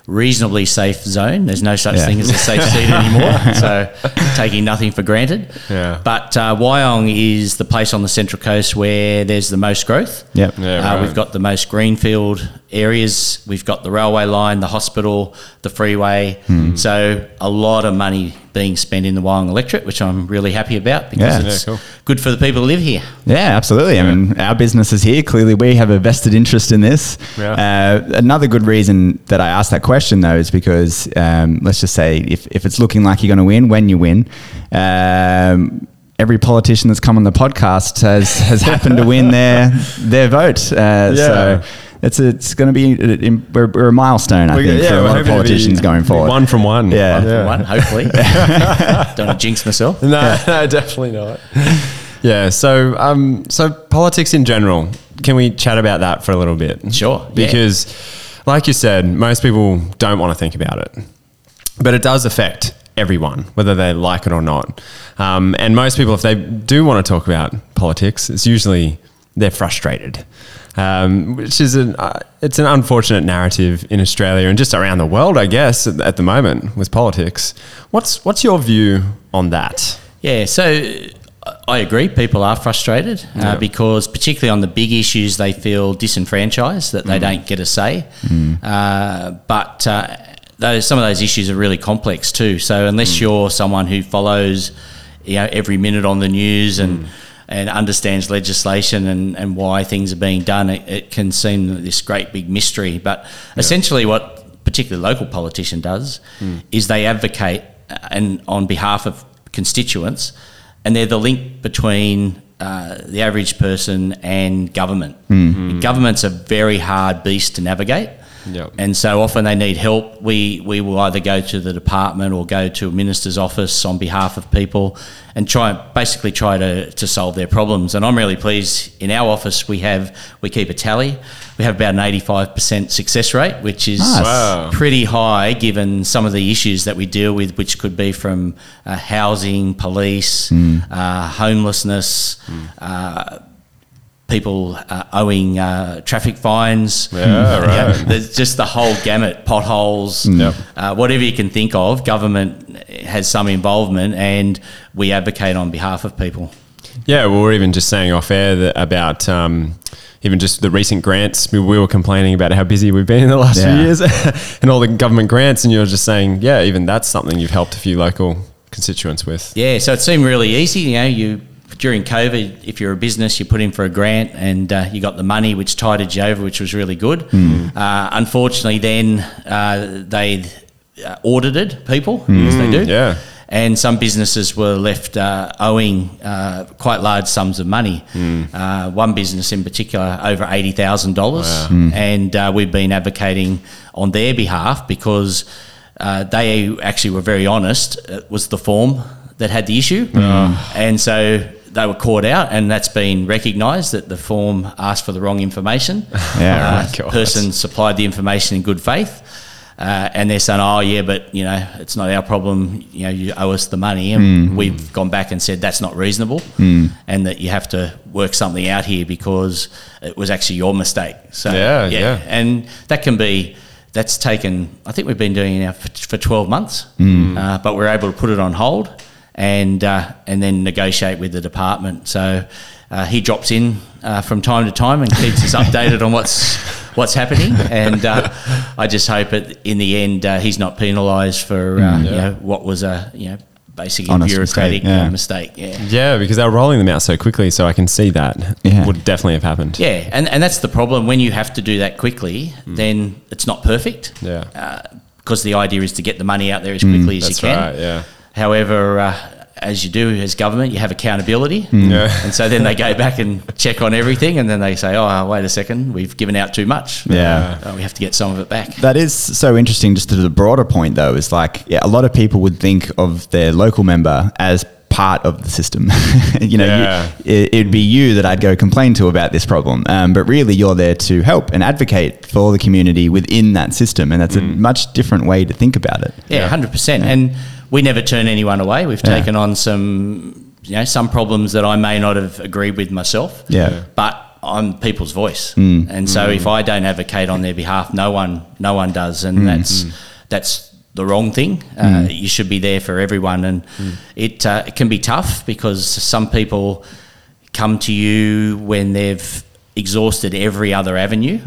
Speaker 5: reasonably safe zone. There's no such
Speaker 1: Yeah.
Speaker 5: thing as a safe seat anymore, so taking nothing for granted.
Speaker 2: Yeah.
Speaker 5: But uh, Wyong is the place on the Central Coast where there's the most growth.
Speaker 1: Yep.
Speaker 2: Yeah.
Speaker 5: Uh,
Speaker 2: right.
Speaker 5: We've got the most greenfield areas. We've got the railway line, the hospital, the freeway.
Speaker 1: Hmm.
Speaker 5: So a lot of money being spent in the Wyong electorate, which I'm really happy about because
Speaker 1: Yeah.
Speaker 5: it's
Speaker 2: Yeah, cool.
Speaker 5: good for the people who live here.
Speaker 1: Yeah, absolutely. I mean, our business is here. Clearly, we have a vested interest in this.
Speaker 2: Yeah.
Speaker 1: Uh, another good reason that I asked that question, though, is because um, let's just say if, if it's looking like you're going to win, when you win, um, every politician that's come on the podcast has, has happened to win their their vote. Uh,
Speaker 2: Yeah.
Speaker 1: So it's it's going to be we're, we're a milestone, I
Speaker 2: We're-
Speaker 1: think,
Speaker 2: yeah,
Speaker 1: for a
Speaker 2: we're
Speaker 1: lot
Speaker 2: hoping
Speaker 1: of
Speaker 2: to be
Speaker 1: politicians going forward.
Speaker 2: One from one.
Speaker 1: Yeah.
Speaker 5: One for one, hopefully. Don't wanna jinx myself.
Speaker 2: No, no, definitely not. yeah. So, um, so politics in general. Can we chat about that for a little bit?
Speaker 5: Sure, yeah.
Speaker 2: Because, like you said, most people don't want to think about it, but it does affect everyone, whether they like it or not. Um, and most people, if they do want to talk about politics, it's usually they're frustrated. Um, which is an uh, it's an unfortunate narrative in Australia and just around the world, I guess, at, at the moment with politics. What's what's your view on that?
Speaker 5: Yeah, so uh, I agree. People are frustrated uh, because, particularly on the big issues, they feel disenfranchised that they don't get a say. Uh, but uh, those some of those issues are really complex too. So unless you're someone who follows, you know, every minute on the news and. And understands legislation and, and why things are being done, it, it can seem this great big mystery. But essentially, what particularly local politician does is they advocate uh, and on behalf of constituents, and they're the link between uh, the average person and government. Government's a very hard beast to navigate,
Speaker 2: Yep.
Speaker 5: and so often they need help. We we will either go to the department or go to a minister's office on behalf of people and try basically try to, to solve their problems. And I'm really pleased in our office we have we keep a tally. We have about an 85% success rate, which is
Speaker 1: Nice.
Speaker 2: Wow.
Speaker 5: pretty high given some of the issues that we deal with, which could be from uh, housing, police, uh, homelessness, uh, people uh, owing uh, traffic fines.
Speaker 2: Yeah, right. Mm.
Speaker 5: there's just the whole gamut, potholes, uh, whatever you can think of. Government has some involvement, and we advocate on behalf of people.
Speaker 2: Yeah, we were even just saying off air that about um, even just the recent grants. We, we were complaining about how busy we've been in the last
Speaker 1: Yeah.
Speaker 2: few years and all the government grants. And you were just saying, yeah, even that's something you've helped a few local constituents with.
Speaker 5: Yeah, so it seemed really easy. You know, you during COVID, if you're a business, you put in for a grant and uh, you got the money, which tided you over, which was really good.
Speaker 2: Mm.
Speaker 5: Uh, unfortunately, then uh, they uh, audited people, as they do.
Speaker 2: Mm. yeah.
Speaker 5: And some businesses were left uh, owing uh, quite large sums of money. Uh, one business in particular, over $80,000. And uh, we've been advocating on their behalf because uh, they actually were very honest. It was the form that had the issue, and so they were caught out, and that's been recognised that the form asked for the wrong information.
Speaker 1: Yeah,
Speaker 5: Uh, person supplied the information in good faith. Uh, and they're saying, "Oh, yeah, but you know, it's not our problem. You know, you owe us the money, and
Speaker 2: Hmm.
Speaker 5: we've gone back and said that's not reasonable, and that you have to work something out here because it was actually your mistake." So
Speaker 2: Yeah, yeah.
Speaker 5: and that can be that's taken. I think we've been doing it now for, for twelve months,
Speaker 1: Hmm.
Speaker 5: uh, but we're able to put it on hold and uh, and then negotiate with the department. So uh, he drops in uh, from time to time and keeps us updated on what's what's happening. And uh, I just hope that in the end uh, he's not penalised for uh, you know, what was a you know basically
Speaker 1: Hmm. Honest
Speaker 5: bureaucratic
Speaker 1: mistake, yeah.
Speaker 5: uh, mistake. Yeah.
Speaker 2: Yeah, because they were rolling them out so quickly, so I can see that
Speaker 1: Yeah.
Speaker 2: would definitely have happened.
Speaker 5: Yeah, and, and that's the problem. When you have to do that quickly,
Speaker 1: Hmm.
Speaker 5: then it's not perfect.
Speaker 2: Yeah.
Speaker 5: Because the idea is to get the money out there as quickly as you
Speaker 2: Mm, that's
Speaker 5: Uh, can.
Speaker 2: right, yeah.
Speaker 5: However, uh, as you do as government, you have accountability.
Speaker 2: Yeah.
Speaker 5: And so then they go back and check on everything, and then they say, oh, wait a second, we've given out too much.
Speaker 1: Yeah.
Speaker 5: Uh, we have to get some of it back.
Speaker 1: That is so interesting. Just to the broader point, though, is like yeah, a lot of people would think of their local member as part of the system. you know, you-
Speaker 2: Yeah.
Speaker 1: it, it'd be you that I'd go complain to about this problem, um, but really you're there to help and advocate for the community within that system, and that's a
Speaker 2: Mm.
Speaker 1: much different way to think about it.
Speaker 5: Yeah, hundred percent. And we never turn anyone away. We've
Speaker 1: Yeah.
Speaker 5: taken on some, you know, some problems that I may not have agreed with myself.
Speaker 1: Yeah. Yeah.
Speaker 5: but I'm people's voice, and so if I don't advocate on their behalf, no one, no one does, and that's that's the wrong thing. Uh, you should be there for everyone, and it uh, it can be tough because some people come to you when they've exhausted every other avenue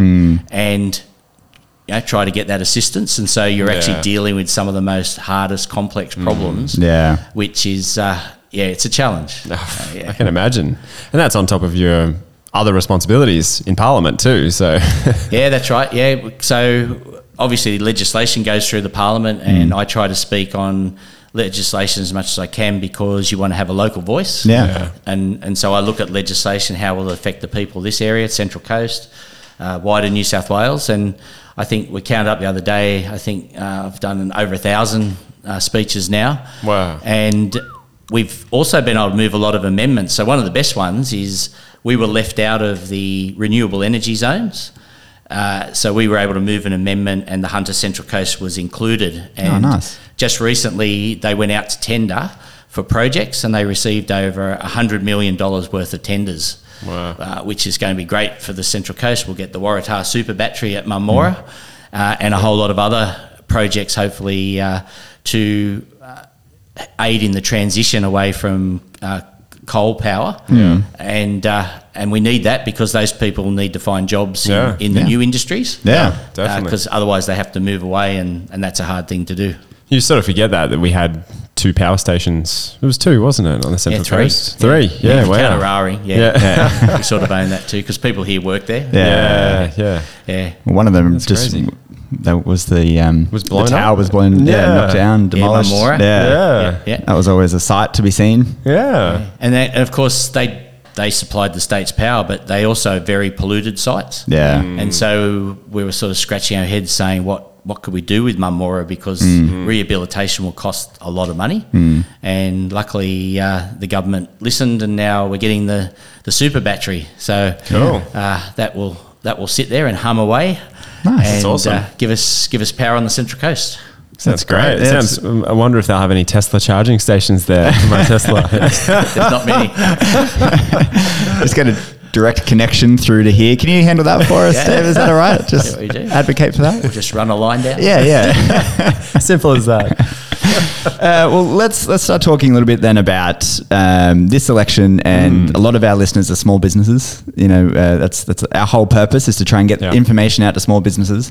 Speaker 5: and you know, try to get that assistance. And so you're actually
Speaker 2: Yeah.
Speaker 5: dealing with some of the most hardest, complex problems.
Speaker 1: Mm. Yeah.
Speaker 5: Which is, uh, yeah, it's a challenge. Uh,
Speaker 2: I
Speaker 5: yeah.
Speaker 2: can imagine. And that's on top of your other responsibilities in Parliament too. So
Speaker 5: yeah, that's right. Yeah. So obviously, legislation goes through the parliament, and
Speaker 1: Mm.
Speaker 5: I try to speak on legislation as much as I can because you want to have a local voice.
Speaker 1: Yeah. Yeah.
Speaker 5: And, and so I look at legislation, how will it affect the people of this area, Central Coast, uh, wider New South Wales. And I think we counted up the other day, I think uh, I've done over a thousand uh, speeches now.
Speaker 2: Wow.
Speaker 5: And we've also been able to move a lot of amendments. So one of the best ones is we were left out of the renewable energy zones. Uh, so we were able to move an amendment, and the Hunter Central Coast was included. And
Speaker 1: nice.
Speaker 5: Just recently, they went out to tender for projects, and they received over hundred million dollars worth of tenders.
Speaker 2: Wow.
Speaker 5: Uh, which is going to be great for the Central Coast. We'll get the Waratah Super Battery at Marmora, uh, and a whole lot of other projects, hopefully, uh, to uh, aid in the transition away from uh, coal power. And uh, and we need that because those people need to find jobs
Speaker 2: Yeah.
Speaker 5: in, in the
Speaker 1: Yeah.
Speaker 5: new industries.
Speaker 1: Yeah,
Speaker 2: definitely.
Speaker 5: Because otherwise they have to move away, and, and that's a hard thing to do.
Speaker 2: you sort of forget that that we had two power stations. It was two, wasn't it, on the Central
Speaker 5: three.
Speaker 2: Coast? Three. Yeah. wow.
Speaker 5: Counterarring, yeah.
Speaker 2: Yeah.
Speaker 5: we sort of own that too because people here work there.
Speaker 1: Yeah.
Speaker 2: Yeah. Yeah.
Speaker 5: Yeah.
Speaker 1: Well, One of them just
Speaker 2: crazy.
Speaker 1: that was the um,
Speaker 2: Was blown
Speaker 1: the tower
Speaker 2: up?
Speaker 1: was blown yeah.
Speaker 2: Yeah.
Speaker 1: knocked down demolished
Speaker 5: Marmora.
Speaker 2: Uh, Yeah.
Speaker 5: Yeah.
Speaker 1: that was always a sight to be seen.
Speaker 2: Yeah.
Speaker 5: And, then, and of course, they, they supplied the state's power, but they also very polluted sites.
Speaker 1: Yeah.
Speaker 2: Mm.
Speaker 5: And so we were sort of scratching our heads saying, what, what could we do with Mamora? Because rehabilitation will cost a lot of money. And luckily, uh, the government listened, and now we're getting the, the super battery. So
Speaker 2: Cool.
Speaker 5: uh, that, will, that will sit there and hum away.
Speaker 1: Nice.
Speaker 5: And,
Speaker 1: That's
Speaker 2: awesome.
Speaker 5: uh, give, us, give us power on the Central Coast.
Speaker 2: Sounds
Speaker 1: That's great.
Speaker 2: great.
Speaker 1: That's-
Speaker 2: Sounds, I wonder if they'll have any Tesla charging stations there for my Tesla.
Speaker 5: There's not many.
Speaker 1: Just get a direct connection through to here. Can you handle that for us,
Speaker 5: Yeah.
Speaker 1: Dave? Is that all right? Just
Speaker 5: Yeah, we do.
Speaker 1: advocate for that.
Speaker 5: We'll just run a line down.
Speaker 1: Yeah, yeah.
Speaker 2: Simple as that.
Speaker 1: Uh, well, let's let's start talking a little bit then about um, this election,
Speaker 5: Hmm.
Speaker 1: and a lot of our listeners are small businesses. You know, uh, that's that's our whole purpose is to try and get
Speaker 2: Yeah.
Speaker 1: information out to small businesses.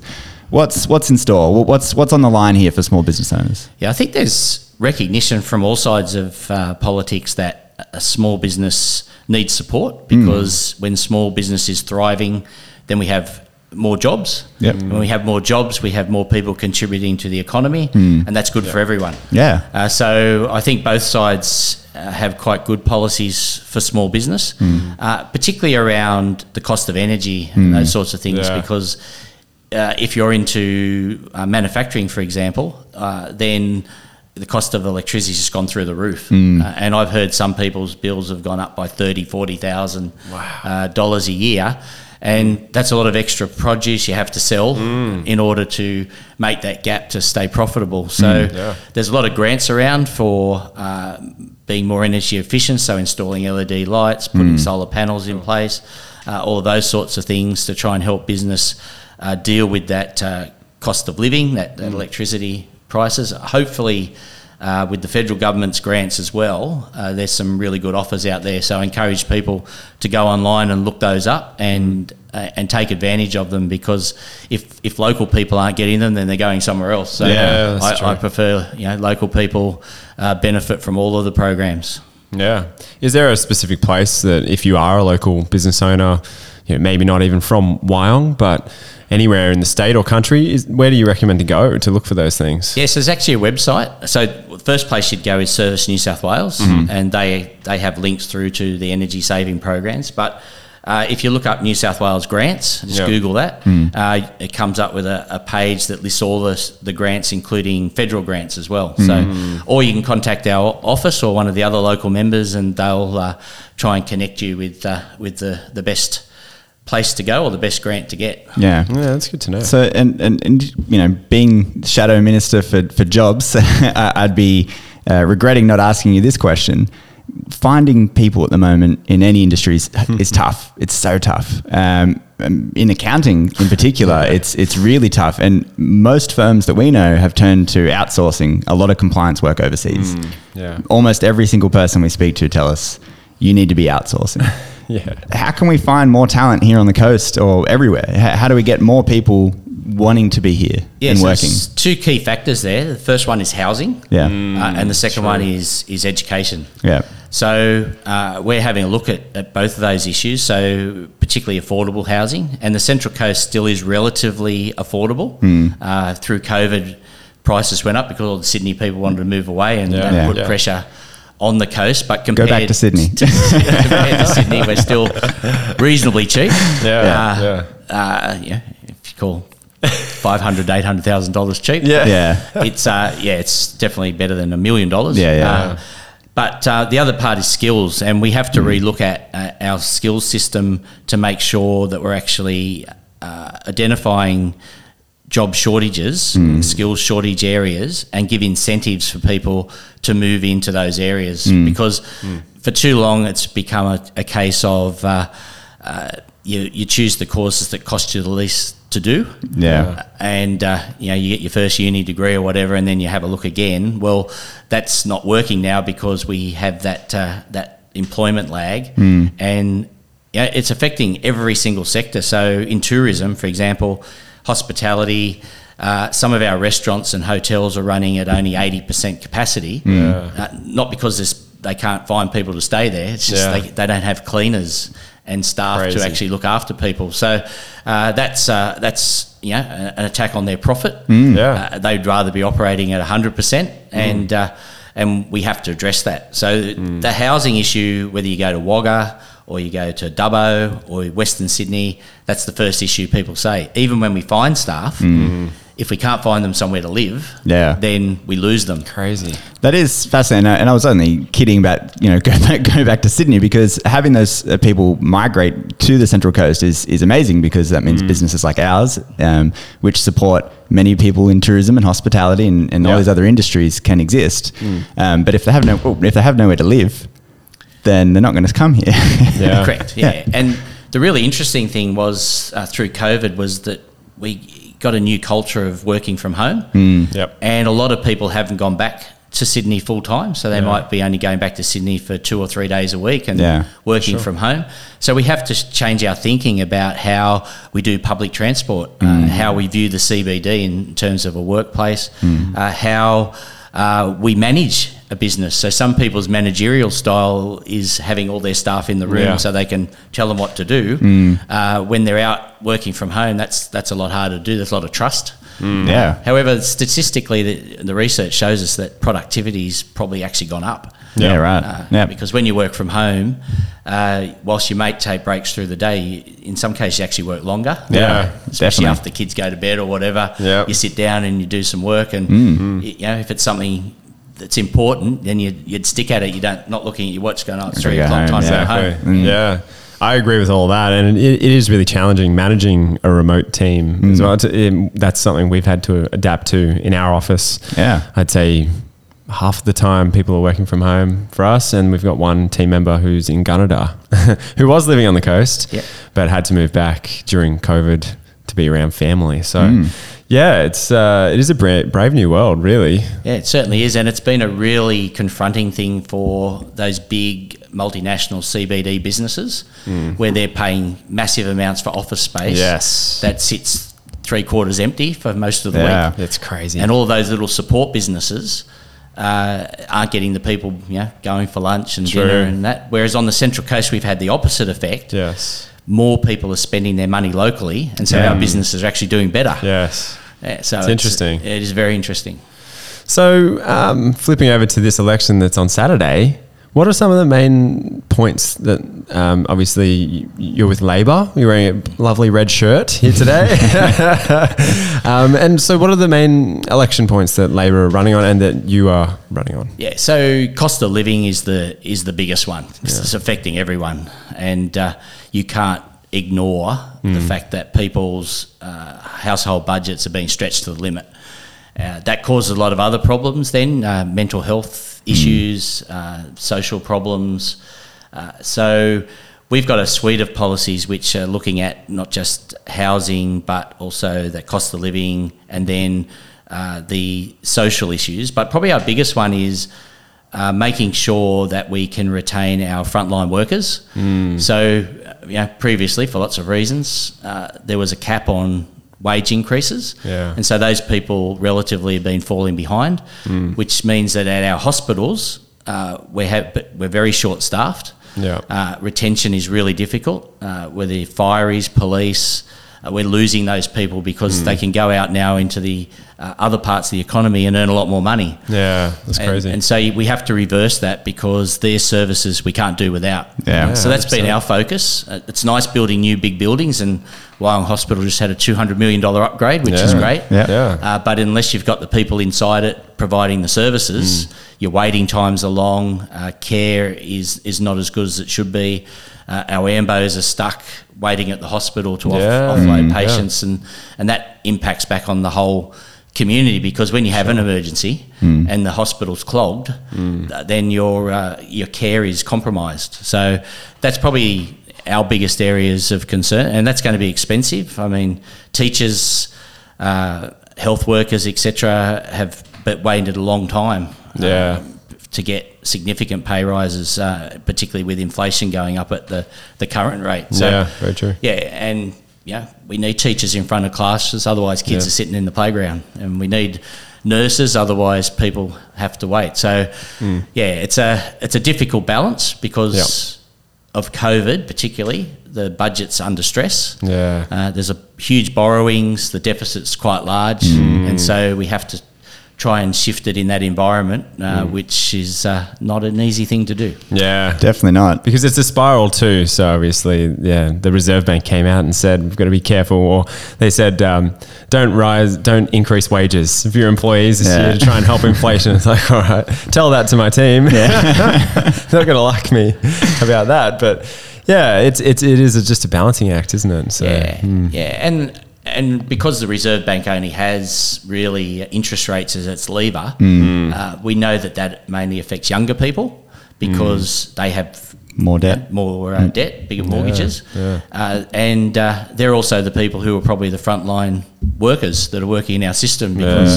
Speaker 1: What's what's in store? Wha- What's what's on the line here for small business owners?
Speaker 5: Yeah, I think there's recognition from all sides of uh, politics that a- a small business needs support
Speaker 1: Hmm.
Speaker 5: because when small business is thriving, then we have more jobs.
Speaker 1: Yep.
Speaker 5: When we have more jobs, we have more people contributing to the economy, and that's good for everyone.
Speaker 1: Hmm. Yeah.
Speaker 5: Uh, so I think both sides uh, have quite good policies for small business, uh, particularly around the cost of energy and those sorts of things,
Speaker 2: Yeah.
Speaker 5: because uh, if you're into uh, manufacturing, for example, uh, then the cost of electricity's just gone through the roof. Uh, and I've heard some people's bills have gone up by thirty, forty thousand uh, dollars a year. And that's a lot of extra produce you have to sell in order to make that gap to stay profitable. So there's a lot of grants around for uh, being more energy efficient, so installing LED lights, putting solar panels in place, uh, all of those sorts of things to try and help business uh, deal with that uh, cost of living, that,
Speaker 2: Mm.
Speaker 5: that electricity prices. Hopefully, uh, with the federal government's grants as well, uh, there's some really good offers out there. So I encourage people to go online and look those up and uh, and take advantage of them because if if local people aren't getting them, then they're going somewhere else. So
Speaker 2: Yeah, that's true.
Speaker 5: I, I prefer you know local people uh, benefit from all of the programs.
Speaker 2: Yeah. Is there a specific place that if you are a local business owner, you know, maybe not even from Wyong, but anywhere in the state or country, is, where do you recommend to go to look for those things?
Speaker 5: Yes, there's actually a website. So the first place you'd go is Service New South Wales, and they they have links through to the energy saving programs. But uh, if you look up New South Wales grants, just
Speaker 2: Yeah.
Speaker 5: Google that. Uh, it comes up with a, a page that lists all the, s- the grants, including federal grants as well. So, or you can contact our office or one of the other local members, and they'll uh, try and connect you with uh, with the, the best place to go or the best grant to get.
Speaker 1: Yeah.
Speaker 2: Yeah, that's good to know.
Speaker 1: So and, and and you know, being shadow minister for for jobs, I- I'd be uh, regretting not asking you this question. Finding people at the moment in any industry is, is tough. It's so tough. Um, um, in accounting, in particular, it's it's really tough. And most firms that we know have turned to outsourcing a lot of compliance work overseas.
Speaker 2: yeah.
Speaker 1: Almost every single person we speak to tell us you need to be outsourcing.
Speaker 2: yeah.
Speaker 1: how can we find more talent here on the coast or everywhere? How, how do we get more people wanting to be here and
Speaker 5: so
Speaker 1: working?
Speaker 5: there's two key factors there. The first one is housing.
Speaker 1: Yeah. Mm,
Speaker 5: uh, and the second one is is education.
Speaker 1: Yeah.
Speaker 5: So uh, we're having a look at, at both of those issues. So particularly affordable housing, and the Central Coast still is relatively affordable.
Speaker 1: Hmm.
Speaker 5: Uh, through COVID, prices went up because all the Sydney people wanted to move away, and that
Speaker 1: Yeah.
Speaker 5: put
Speaker 2: Yeah.
Speaker 5: pressure on the coast. But
Speaker 1: Go
Speaker 5: compared
Speaker 1: back to Sydney.
Speaker 5: compared to Sydney, we're still reasonably cheap.
Speaker 2: Yeah, yeah.
Speaker 5: Uh, yeah, if you call five hundred, eight hundred thousand dollars cheap,
Speaker 2: Yeah.
Speaker 1: yeah.
Speaker 5: it's uh, yeah, it's definitely better than a million dollars.
Speaker 1: Yeah, yeah.
Speaker 5: Uh, but uh, the other part is skills, and we have to
Speaker 1: Hmm.
Speaker 5: relook at uh, our skills system to make sure that we're actually uh, identifying job shortages,
Speaker 1: Hmm.
Speaker 5: skills shortage areas, and give incentives for people to move into those areas.
Speaker 1: Hmm.
Speaker 5: Because for too long, it's become a, a case of uh, uh, you, you choose the courses that cost you the least to do
Speaker 1: Yeah.
Speaker 5: and uh, you know you get your first uni degree or whatever, and then you have a look again. Well, that's not working now because we have that uh, that employment lag, and yeah, it's affecting every single sector. So in tourism, for example, hospitality. Uh, some of our restaurants and hotels are running at only 80% capacity, uh, not because this, they can't find people to stay there, it's just
Speaker 2: Yeah.
Speaker 5: they, they don't have cleaners and staff
Speaker 2: Crazy.
Speaker 5: to actually actually look after people. So uh, that's uh, that's you know a- an attack on their profit.
Speaker 2: Yeah.
Speaker 5: Uh, they'd rather be operating at hundred percent, and uh, and we have to address that. So the housing issue, whether you go to Wagga or you go to Dubbo or Western Sydney, that's the first issue people say. Even when we find staff. If we can't find them somewhere to live,
Speaker 1: Yeah.
Speaker 5: then we lose them.
Speaker 2: Crazy.
Speaker 1: That is fascinating, and I was only kidding about you know go back, go back to Sydney because having those uh, people migrate to the Central Coast is is amazing because that
Speaker 2: Mm.
Speaker 1: means businesses like ours, um, which support many people in tourism and hospitality and, and all
Speaker 2: Yeah. Mm.
Speaker 1: these other industries, can exist. Um, but if they have no oh, if they have nowhere to live, then they're not going to come here.
Speaker 2: Yeah.
Speaker 5: Correct.
Speaker 1: Yeah.
Speaker 5: Yeah. And the really interesting thing was uh, through COVID was that we got a new culture of working from home,
Speaker 2: Yep.
Speaker 5: and a lot of people haven't gone back to Sydney full time, so they might be only going back to Sydney for two or three days a week and
Speaker 1: Yeah.
Speaker 5: working from home. So we have to sh- change our thinking about how we do public transport,
Speaker 2: Mm.
Speaker 5: uh, how we view the CBD in terms of a workplace,
Speaker 2: Mm.
Speaker 5: uh, how uh, we manage a business. So some people's managerial style is having all their staff in the room
Speaker 2: Yeah. Mm.
Speaker 5: so they can tell them what to do. Uh, when they're out working from home, that's that's a lot harder to do. There's a lot of trust.
Speaker 2: Mm.
Speaker 1: yeah.
Speaker 5: However, statistically, the, the research shows us that productivity's probably actually gone up.
Speaker 1: Yeah, right.
Speaker 5: Uh,
Speaker 1: yeah.
Speaker 5: Because when you work from home, uh, whilst you may take breaks through the day, you- in some cases you actually work longer. Uh,
Speaker 2: Yeah,
Speaker 5: especially
Speaker 1: definitely.
Speaker 5: after the kids go to bed or whatever.
Speaker 2: Yeah.
Speaker 1: Mm-hmm.
Speaker 5: you sit down and you do some work, and y- you know if it's something that's important, then you'd, you'd stick at it. You don't not looking at your watch, going, "Oh, it's
Speaker 1: Gotta
Speaker 5: three
Speaker 1: go
Speaker 5: o'clock,
Speaker 1: home,
Speaker 5: time
Speaker 1: yeah.
Speaker 5: to go home."
Speaker 2: Exactly.
Speaker 5: Mm.
Speaker 2: Yeah. I agree with all that. And it, it is really challenging managing a remote team
Speaker 5: Mm.
Speaker 2: as well. It's, um, that's something we've had to adapt to in our office.
Speaker 1: Yeah.
Speaker 2: I'd say half the time people are working from home for us. And we've got one team member who's in Gunnedah who was living on the coast,
Speaker 5: Yeah.
Speaker 2: but had to move back during COVID to be around family. So.
Speaker 5: Mm.
Speaker 2: Yeah, it's uh, it is a bra- brave new world, really.
Speaker 5: Yeah, it certainly is, and it's been a really confronting thing for those big multinational CBD businesses where they're paying massive amounts for office
Speaker 2: Mm.
Speaker 5: space.
Speaker 2: Yes.
Speaker 5: that sits three quarters empty for most of the
Speaker 1: Yeah.
Speaker 5: week.
Speaker 2: It's crazy.
Speaker 5: and all those little support businesses uh, aren't getting the people, you know, going for lunch and
Speaker 2: True.
Speaker 5: dinner and that. Whereas on the Central Coast, we've had the opposite effect.
Speaker 2: yes,
Speaker 5: More people are spending their money locally, and so our businesses are actually doing better.
Speaker 2: yes.
Speaker 5: Yeah, so
Speaker 2: interesting.
Speaker 5: It is very interesting.
Speaker 2: So, um, flipping over to this election that's on Saturday, what are some of the main points that um, obviously y- you're with Labor? You're wearing a lovely red shirt here today. um, and so, what are the main election points that Labor are running on and that you are running on?
Speaker 5: Yeah, so cost of living is the is the biggest one. 'cause It's affecting everyone, and uh, you can't ignore the fact that people's uh, household budgets are being stretched to the limit. Uh, that causes a lot of other problems. Then uh, mental health issues, uh, social problems. Uh, so we've got a suite of policies which are looking at not just housing but also the cost of living and then uh, the social issues. But probably our biggest one is uh, making sure that we can retain our frontline workers. So, uh, you know, previously, for lots of reasons, uh, there was a cap on wage increases.
Speaker 2: Yeah.
Speaker 5: And so those people relatively have been falling behind,
Speaker 2: Mm.
Speaker 5: which means that at our hospitals, uh, we have, but we're very short staffed.
Speaker 2: Yeah.
Speaker 5: Uh, retention is really difficult. Uh, whether you're fireys, police, uh, we're losing those people
Speaker 2: Mm.
Speaker 5: because they can go out now into the uh, other parts of the economy and earn a lot more money.
Speaker 2: Yeah, that's
Speaker 5: And,
Speaker 2: crazy.
Speaker 5: and so we have to reverse that because their services we can't do without.
Speaker 1: Yeah.
Speaker 5: So that's been our focus. Uh, It's nice building new big buildings, and Wyong Hospital just had a two hundred million dollar upgrade, which is
Speaker 2: Yeah.
Speaker 5: great.
Speaker 1: Yeah.
Speaker 2: yeah.
Speaker 5: Uh, but unless you've got the people inside it providing the services, your waiting times are long. Uh, care is is not as good as it should be. Uh, our ambos are stuck waiting at the hospital to off,
Speaker 2: Yeah.
Speaker 5: offload
Speaker 2: Mm.
Speaker 5: patients, and and that impacts back on the whole community because when you have an emergency
Speaker 2: Mm.
Speaker 5: and the hospital's clogged, th- then your uh, your care is compromised. So that's probably our biggest areas of concern, and that's going to be expensive. I mean, teachers uh, health workers, etc., have but waited a long time.
Speaker 2: Yeah.
Speaker 5: um, to get significant pay rises, uh, particularly with inflation going up at the, the current rate. So,
Speaker 2: Yeah, very true.
Speaker 5: Yeah, and yeah, we need teachers in front of classes, otherwise kids
Speaker 2: Yeah.
Speaker 5: are sitting in the playground, and we need nurses, otherwise people have to wait. So,
Speaker 2: Hmm.
Speaker 5: yeah, it's a it's a difficult balance because of COVID, particularly the budget's under stress.
Speaker 2: Yeah.
Speaker 5: Uh, there's a huge borrowings, the deficit's quite large,
Speaker 2: Hmm.
Speaker 5: and so we have to try and shift it in that environment, uh,
Speaker 2: Hmm.
Speaker 5: which is uh, not an easy thing to do.
Speaker 2: yeah.
Speaker 1: Definitely not.
Speaker 2: because it's a spiral too. So obviously, yeah, the Reserve Bank came out and said we've got to be careful. Or they said um, don't rise, don't increase wages of your employees this
Speaker 1: Yeah.
Speaker 2: year to try and help inflation. It's like, all right, tell that to my team. They're not going to like me about that. But yeah, it's it's it is just a balancing act, isn't it? So,
Speaker 5: Yeah, yeah, and and because the Reserve Bank only has really interest rates as its lever, uh, we know that that mainly affects younger people because they have
Speaker 1: More debt.
Speaker 5: more uh, debt, bigger mortgages, Uh, and uh, they're also the people who are probably the frontline workers that are working in our system because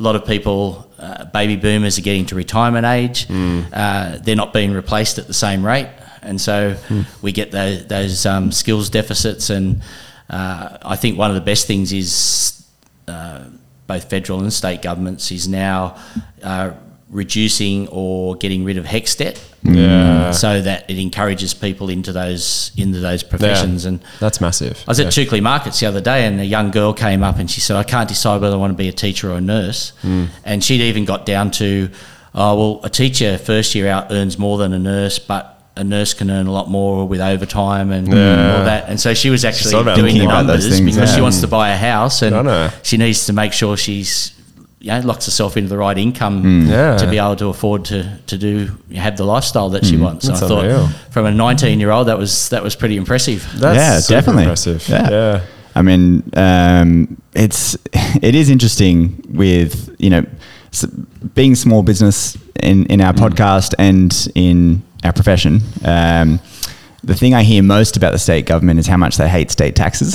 Speaker 5: a lot of people, uh, baby boomers, are getting to retirement age. Uh, they're not being replaced at the same rate, and so we get those, those um, skills deficits. And uh, I think one of the best things is uh, both federal and state governments is now uh, reducing or getting rid of hex debt,
Speaker 1: Mm.
Speaker 5: so that it encourages people into those into those professions. And
Speaker 2: that's massive.
Speaker 5: I was at Chookley Markets the other day, and a young girl came up and she said, "I can't decide whether I want to be a teacher or a nurse."
Speaker 2: Hmm.
Speaker 5: And she'd even got down to, "Oh well, a teacher first year out earns more than a nurse, but." A nurse can earn a lot more with overtime and all that, and so she was actually
Speaker 2: thought about
Speaker 5: doing the
Speaker 1: thinking about those
Speaker 5: numbers
Speaker 1: things,
Speaker 5: because she
Speaker 1: yeah.
Speaker 5: wants to buy a house and
Speaker 2: I know.
Speaker 5: she needs to make sure she's you know, locks herself into the right income
Speaker 2: Hmm. Yeah. Hmm.
Speaker 5: to be able to afford to to do have the lifestyle that she wants. So
Speaker 2: That's
Speaker 5: I thought
Speaker 2: unreal.
Speaker 5: from a 19 year old that was that was pretty impressive.
Speaker 2: That's
Speaker 1: yeah,
Speaker 2: super
Speaker 1: definitely.
Speaker 2: impressive.
Speaker 1: Yeah.
Speaker 2: Yeah.
Speaker 1: I mean, um, it's it is interesting with you know s- being small business in in our podcast and in our profession. Um, the thing I hear most about the state government is how much they hate state taxes.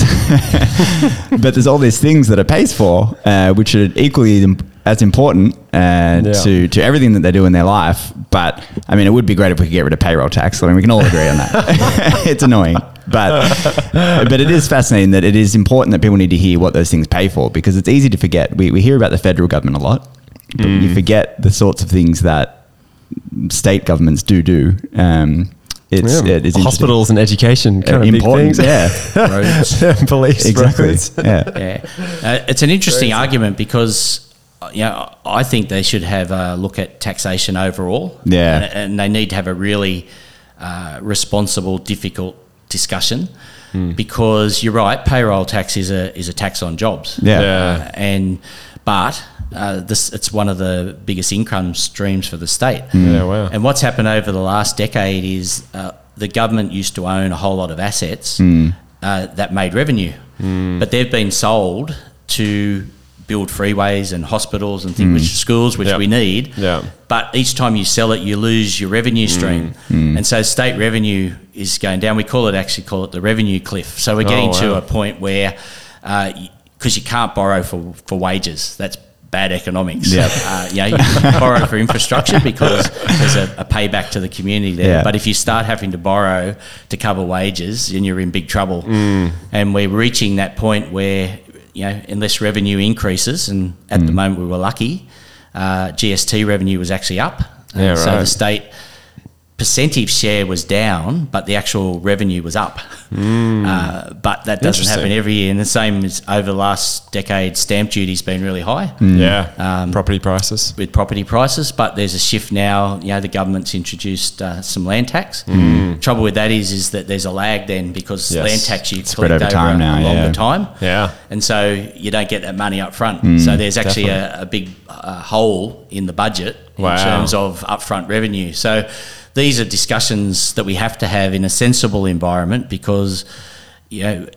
Speaker 1: but there's all these things that it pays for, uh, which are equally im- as important uh,
Speaker 2: Yeah.
Speaker 1: to to everything that they do in their life. But I mean, it would be great if we could get rid of payroll tax. I mean, we can all agree on that. it's annoying, but but it is fascinating that it is important that people need to hear what those things pay for because it's easy to forget. We we hear about the federal government a lot, but
Speaker 2: Mm.
Speaker 1: you forget the sorts of things that state governments do do. Um, it's
Speaker 2: Yeah.
Speaker 1: it is
Speaker 2: Hospitals and education, kind
Speaker 1: interesting.
Speaker 2: of
Speaker 1: important,
Speaker 2: big
Speaker 1: yeah,
Speaker 2: things. Yeah. Police,
Speaker 1: exactly,
Speaker 2: roads.
Speaker 1: yeah.
Speaker 5: yeah, uh, it's an interesting argument because uh, you know, I think they should have a look at taxation overall.
Speaker 1: Yeah.
Speaker 5: and, and they need to have a really uh, responsible, difficult discussion
Speaker 1: Hmm.
Speaker 5: because you're right. Payroll tax is a is a tax on jobs.
Speaker 1: Yeah.
Speaker 2: Yeah.
Speaker 5: and but. Uh, this it's one of the biggest income streams for the state.
Speaker 2: Mm. Yeah, wow.
Speaker 5: And what's happened over the last decade is uh, the government used to own a whole lot of assets
Speaker 2: Mm.
Speaker 5: uh, that made revenue, but they've been sold to build freeways and hospitals and things, which schools, which
Speaker 2: Mm. Yep. Mm.
Speaker 5: we need.
Speaker 2: Yeah.
Speaker 5: But each time you sell it, you lose your revenue stream, and so state revenue is going down. We call it actually call it the revenue cliff. So we're getting
Speaker 2: Oh, wow.
Speaker 5: to a point where because you can't borrow for, for wages, that's bad economics.
Speaker 1: Yep.
Speaker 5: Uh, yeah, you can borrow for infrastructure because there's a, a payback to the community there.
Speaker 1: Yeah.
Speaker 5: But if you start having to borrow to cover wages, then you're in big trouble. And we're reaching that point where, you know, unless revenue increases, and at the moment we were lucky, uh, GST revenue was actually up.
Speaker 2: Yeah,
Speaker 5: So the
Speaker 2: right.
Speaker 5: state percentage share was down, but the actual revenue was up. Uh, but that doesn't happen
Speaker 2: Interesting.
Speaker 5: every year. And the same is over the last decade, stamp duty's been really high
Speaker 1: Hmm.
Speaker 2: Yeah.
Speaker 5: Um,
Speaker 2: Property prices.
Speaker 5: with property prices, but there's a shift now. You know, the government's introduced uh, some land tax.
Speaker 1: Hmm.
Speaker 5: Trouble with that is, is that there's a lag then because
Speaker 2: Yes.
Speaker 5: land tax you
Speaker 1: Spread
Speaker 5: collect
Speaker 1: over time
Speaker 5: a,
Speaker 1: now,
Speaker 5: a longer
Speaker 1: yeah.
Speaker 5: time,
Speaker 2: Yeah.
Speaker 5: and so you don't get that money up front.
Speaker 2: Mm,
Speaker 5: so there's actually a, a big uh, hole in the budget
Speaker 2: Wow.
Speaker 5: in terms of upfront revenue. So these are discussions that we have to have in a sensible environment because you know.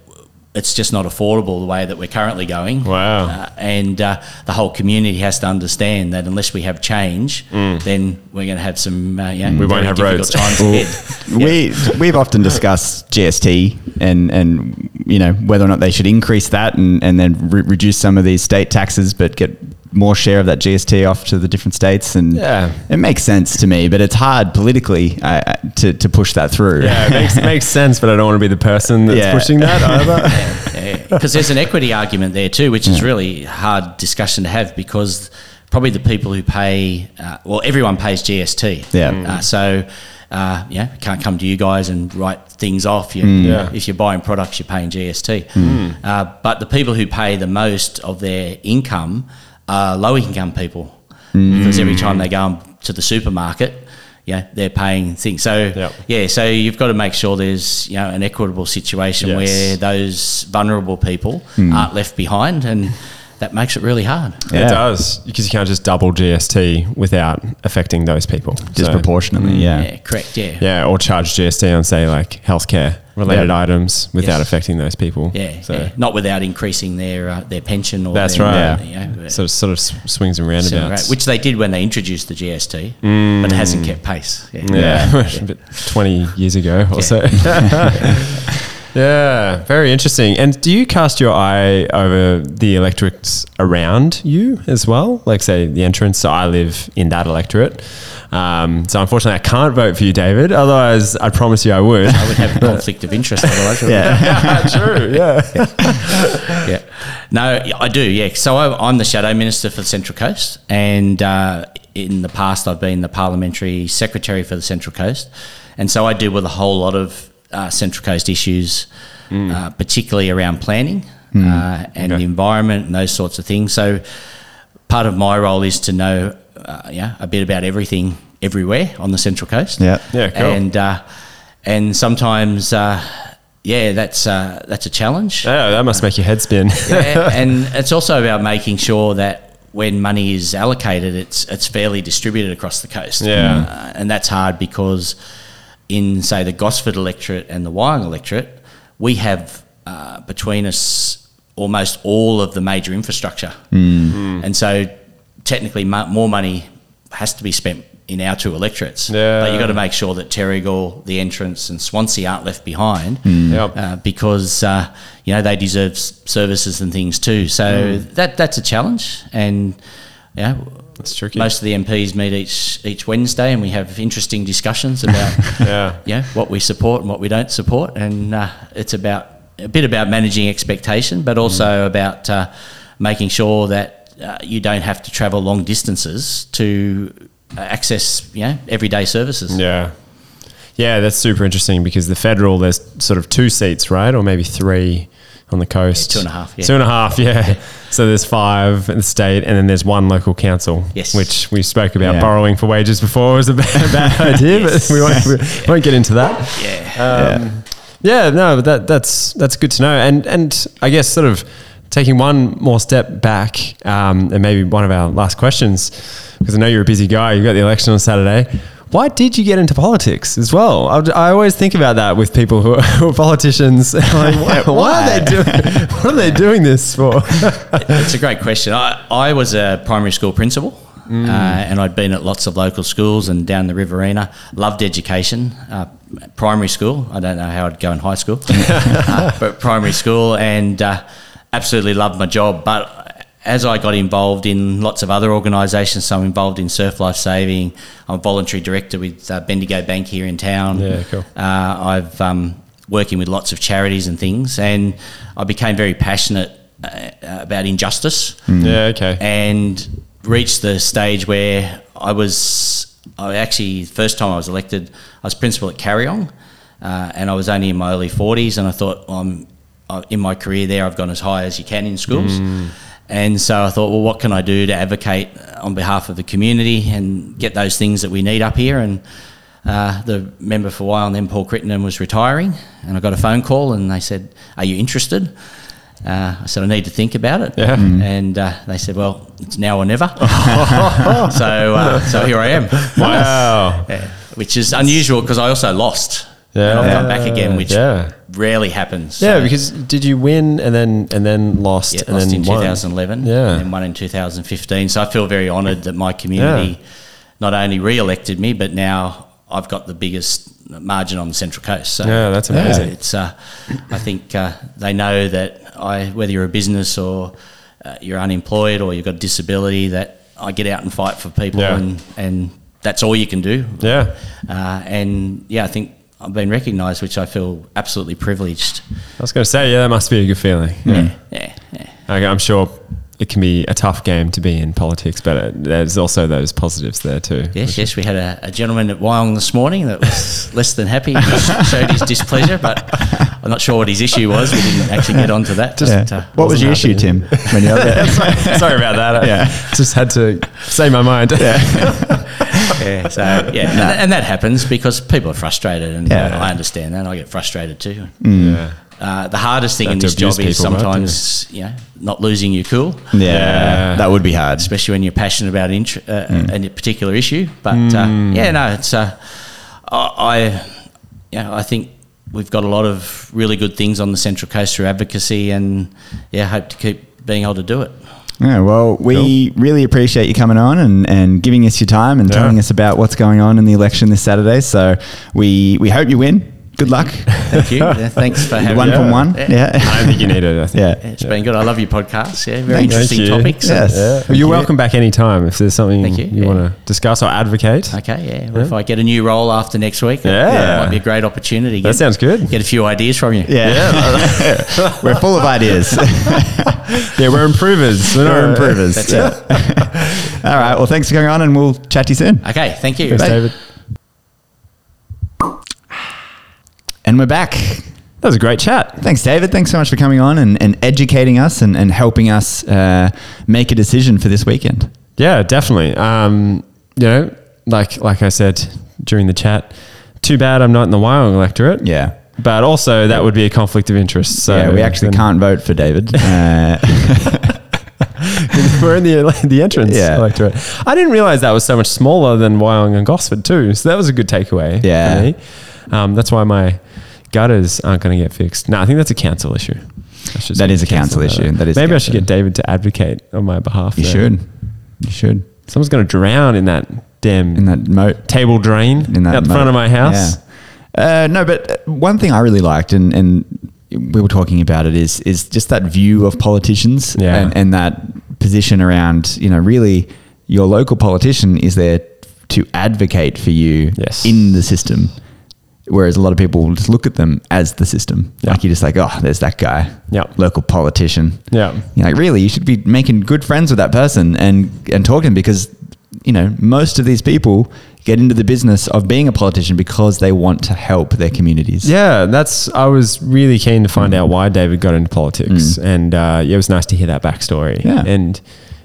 Speaker 5: It's just not affordable the way that we're currently going.
Speaker 2: Wow.
Speaker 5: Uh, and uh, the whole community has to understand that unless we have change, then we're going to have some uh, yeah, we
Speaker 2: Mm. won't have roads.
Speaker 5: times ahead.
Speaker 1: We we've often discussed GST and and you know whether or not they should increase that and and then re- reduce some of these state taxes, but get more share of that GST off to the different states. And
Speaker 2: Yeah.
Speaker 1: it makes sense to me, but it's hard politically uh, to to push that through.
Speaker 2: Yeah, it makes, it makes sense, but I don't want to be the person that's
Speaker 1: Yeah.
Speaker 2: pushing that either.
Speaker 5: because there's an equity argument there too, which is really hard discussion to have because probably the people who pay, uh, well, everyone pays GST.
Speaker 1: Yeah.
Speaker 5: Uh, so. Uh, yeah, can't come to you guys and write things off. You,
Speaker 2: Yeah.
Speaker 5: If you're buying products, you're paying GST. Uh, but the people who pay the most of their income are low income people because every time they go and- to the supermarket, yeah, they're paying things. So
Speaker 2: Yep.
Speaker 5: yeah, so you've got to make sure there's you know an equitable situation
Speaker 2: Yes.
Speaker 5: where those vulnerable people
Speaker 2: Hmm.
Speaker 5: aren't left behind, and that makes it really hard.
Speaker 1: Yeah.
Speaker 2: It does because you can't just double GST without affecting those people So- Mm.
Speaker 1: disproportionately. yeah.
Speaker 5: Yeah, correct. Yeah,
Speaker 2: yeah, or charge GST on say like healthcare related
Speaker 1: Yeah.
Speaker 2: items without
Speaker 5: Yes.
Speaker 2: affecting those people.
Speaker 5: yeah,
Speaker 2: so
Speaker 5: yeah. not without increasing their uh, their pension or
Speaker 2: that's
Speaker 5: their, uh,
Speaker 2: right.
Speaker 5: you know,
Speaker 2: So it sort of s- swings and
Speaker 5: so,
Speaker 2: roundabouts.
Speaker 5: right, which they did when they introduced the GST,
Speaker 2: Hmm.
Speaker 5: but it hasn't kept pace. Yeah.
Speaker 2: yeah, but twenty years ago or so. yeah, very interesting. And do you cast your eye over the electorates around you as well? Like, say, the entrance. So I live in that electorate. Um, so unfortunately, I can't vote for you, David. Otherwise, I promise you, I would.
Speaker 5: I would have a conflict of interest otherwise.
Speaker 2: yeah, true. Yeah.
Speaker 5: yeah. No, yeah, I do. Yeah. So I, I'm the shadow minister for the Central Coast, and uh, in the past I've been the parliamentary secretary for the Central Coast, and so I deal with a whole lot of uh, Central Coast issues, uh, particularly around planning uh, and the environment and those sorts of things. So part of my role is to know, uh, yeah, a bit about everything everywhere on the Central Coast.
Speaker 1: Yeah.
Speaker 2: Yeah, cool.
Speaker 5: And uh, and sometimes. Uh, yeah, that's uh, that's a challenge
Speaker 2: Oh, that must make your head spin.
Speaker 5: yeah, and it's also about making sure that when money is allocated, it's it's fairly distributed across the coast.
Speaker 2: Yeah.
Speaker 5: Uh, and that's hard because in say the Gosford electorate and the Wyong electorate, we have uh, between us almost all of the major infrastructure,
Speaker 2: Hmm.
Speaker 5: and so technically mo- more money has to be spent in our two electorates.
Speaker 2: Yeah.
Speaker 5: But you've got to make sure that Terrigal, the entrance, and Swansea aren't left behind
Speaker 2: Yep.
Speaker 5: uh, because uh, you know they deserve s- services and things too. So that that's a challenge, and yeah,
Speaker 2: It's tricky.
Speaker 5: Most of the MPs meet each each Wednesday, and we have interesting discussions about
Speaker 2: Yeah.
Speaker 5: you know, what we support and what we don't support, and uh, it's about a bit about managing expectation, but also about uh, making sure that uh, you don't have to travel long distances to uh, access you know everyday services.
Speaker 2: Yeah. Yeah, that's super interesting because the federal, there's sort of two seats, right? Or maybe three on the coast.
Speaker 5: Yeah, two and a half, yeah.
Speaker 2: Two and a half, yeah. So there's five in the state, and then there's one local council.
Speaker 5: Yes.
Speaker 2: Which we spoke about
Speaker 1: Yeah.
Speaker 2: borrowing for wages before was a bad, bad idea,
Speaker 5: Yes.
Speaker 2: but we won't, we won't get into that.
Speaker 5: Yeah.
Speaker 2: Um, yeah. no, but that that's that's good to know. And and I guess sort of taking one more step back, um, and maybe one of our last questions, because I know you're a busy guy. You've got the election on Saturday. Why did you get into politics as well? I, I always think about that with people who are, who are politicians. I'm like, why, why are they doing? What are they doing this for?
Speaker 5: It's a great question. I, I was a primary school principal.
Speaker 2: Mm.
Speaker 5: Uh, and I'd been at lots of local schools and down the Riverina. Loved education, uh, primary school. I don't know how I'd go in high school, uh, but primary school, and uh, absolutely loved my job. But as I got involved in lots of other organisations, so I'm involved in Surf Life Saving. I'm a voluntary director with uh, Bendigo Bank here in town.
Speaker 2: Yeah, cool.
Speaker 5: Uh, I've um, working with lots of charities and things, and I became very passionate uh, about injustice,
Speaker 2: Yeah, okay.
Speaker 5: and reached the stage where I was. I actually first time I was elected, I was principal at Carryong, uh, and I was only in my early forties, and I thought I'm I- in my career there. I've gone as high as you can in schools. And so I thought, well, what can I do to advocate on behalf of the community and get those things that we need up here? And uh, the member for a while, and then Paul Crittenden was retiring, and I got a phone call, and they said, "Are you interested?" Uh, I said, "I need to think about it."
Speaker 2: Yeah. Mm.
Speaker 5: And uh, they said, "Well, it's now or never." so, uh, so here I am.
Speaker 2: Wow.
Speaker 5: Yeah. Which is unusual because I also lost. And I've come back again, which
Speaker 2: Yeah.
Speaker 5: rarely happens.
Speaker 2: Yeah,
Speaker 5: So-
Speaker 2: because did you win and then and then lost
Speaker 5: yeah,
Speaker 2: and
Speaker 5: lost
Speaker 2: then
Speaker 5: in
Speaker 2: won?
Speaker 5: 2011
Speaker 2: Yeah.
Speaker 5: and then one in 2015. So I feel very honoured that my community not only re-elected me, but now I've got the biggest margin on the Central Coast. So
Speaker 2: Yeah, that's amazing.
Speaker 5: It's, uh, I think uh, they know that I, whether you're a business or uh, you're unemployed or you've got a disability, that I get out and fight for people,
Speaker 2: Yeah.
Speaker 5: and and that's all you can do.
Speaker 2: Yeah.
Speaker 5: Uh, and yeah, I think I've been recognised, which I feel absolutely privileged.
Speaker 2: I was going to say, yeah, that must be a good feeling.
Speaker 5: Yeah, yeah.
Speaker 2: Okay, I'm sure it can be a tough game to be in politics, but it, there's also those positives there too.
Speaker 5: Yes, yes, we had a, a gentleman at Wyong this morning that was less than happy. He showed his displeasure, but I'm not sure what his issue was. We didn't actually get onto that.
Speaker 1: Yeah.
Speaker 5: Just, uh,
Speaker 1: what was your issue, Tim? When you were there?
Speaker 2: Sorry about that. I
Speaker 1: Yeah.
Speaker 2: just had to say my mind.
Speaker 5: yeah, so uh, yeah, and, tha- and that happens because people are frustrated, and
Speaker 1: Yeah.
Speaker 5: I understand that. I get frustrated too.
Speaker 2: Yeah.
Speaker 5: Uh, the hardest thing
Speaker 2: Don't
Speaker 5: in
Speaker 2: Mm. have
Speaker 5: this
Speaker 2: to abuse
Speaker 5: job is
Speaker 2: people, right?
Speaker 5: sometimes you know not losing your cool,
Speaker 1: yeah. that would be hard.
Speaker 5: especially when you're passionate about int- uh, a particular issue. But uh, yeah, no, it's uh, I, I yeah, I think we've got a lot of really good things on the Central Coast through advocacy, and yeah, hope to keep being able to do it.
Speaker 1: Yeah, well, we really appreciate you coming on and, and giving us your time and
Speaker 2: Yeah.
Speaker 1: telling us about what's going on in the election this Saturday. So we we hope you win. Good luck.
Speaker 5: Thank you. Yeah, thanks for having
Speaker 1: one
Speaker 5: me.
Speaker 1: from one.
Speaker 2: I
Speaker 5: Yeah.
Speaker 1: Yeah.
Speaker 2: don't think you need it. I think.
Speaker 1: yeah.
Speaker 5: It's been good. I love your podcast. Yeah, very
Speaker 1: Thank
Speaker 5: interesting
Speaker 2: you.
Speaker 5: topics.
Speaker 1: Yes.
Speaker 2: Well, you're welcome back anytime if there's something
Speaker 5: Thank
Speaker 2: you,
Speaker 5: you. Yeah.
Speaker 2: want to discuss or advocate.
Speaker 5: Okay, yeah. Well, If I get a new role after next week, that-
Speaker 2: Yeah.
Speaker 5: that might be a great opportunity.
Speaker 2: That sounds good.
Speaker 5: Get a few ideas from you.
Speaker 1: Yeah. We're full of ideas.
Speaker 2: Yeah, we're improvers. We're
Speaker 1: We're
Speaker 2: not
Speaker 1: improvers. Yeah. All right. Well, thanks for coming on and we'll chat to you soon.
Speaker 5: Okay, thank you.
Speaker 2: Thanks,
Speaker 5: Bye.
Speaker 2: David.
Speaker 1: And we're back.
Speaker 2: That was a great chat.
Speaker 1: Thanks, David. Thanks so much for coming on and, and educating us and, and helping us uh, make a decision for this weekend.
Speaker 2: Yeah, definitely. Um, you know, like like I said during the chat, too bad I'm not in the Wyong electorate.
Speaker 1: Yeah.
Speaker 2: But also, that would be a conflict of interest. So
Speaker 1: yeah, we actually
Speaker 2: then-
Speaker 1: can't vote for David. Uh,
Speaker 2: We're in the the entrance
Speaker 1: Yeah.
Speaker 2: electorate. I didn't realize that was so much smaller than Wyong and Gosford too. So that was a good takeaway. for
Speaker 1: Yeah.
Speaker 2: me. Um, that's why my gutters aren't going to get fixed. No, I think that's a council issue. I should
Speaker 1: That
Speaker 2: speak
Speaker 1: is
Speaker 2: to
Speaker 1: a council
Speaker 2: about
Speaker 1: issue. That is a
Speaker 2: Maybe I should
Speaker 1: council.
Speaker 2: get David to advocate on my behalf.
Speaker 1: You
Speaker 2: there.
Speaker 1: should. You should.
Speaker 2: Someone's going to drown in that damn
Speaker 1: In that moat.
Speaker 2: table drain
Speaker 1: in that
Speaker 2: out the front
Speaker 1: mo-
Speaker 2: of my house.
Speaker 1: Yeah. Uh, no, but uh, one thing I really liked, and, and we were talking about it, is is just that view of politicians
Speaker 2: Yeah.
Speaker 1: and, and that position around you know really your local politician is there to advocate for you
Speaker 2: Yes.
Speaker 1: in the system, whereas a lot of people will just look at them as the system.
Speaker 2: Yeah.
Speaker 1: Like you're just like, oh, there's that guy,
Speaker 2: Yeah.
Speaker 1: local politician.
Speaker 2: Yeah.
Speaker 1: You're like really, you should be making good friends with that person and and talking to them because you know most of these people get into the business of being a politician because they want to help their communities.
Speaker 2: Yeah, that's. I was really keen to
Speaker 1: Mm.
Speaker 2: find out why David got into politics, and uh, yeah, it was nice to hear that backstory.
Speaker 1: Yeah.
Speaker 2: and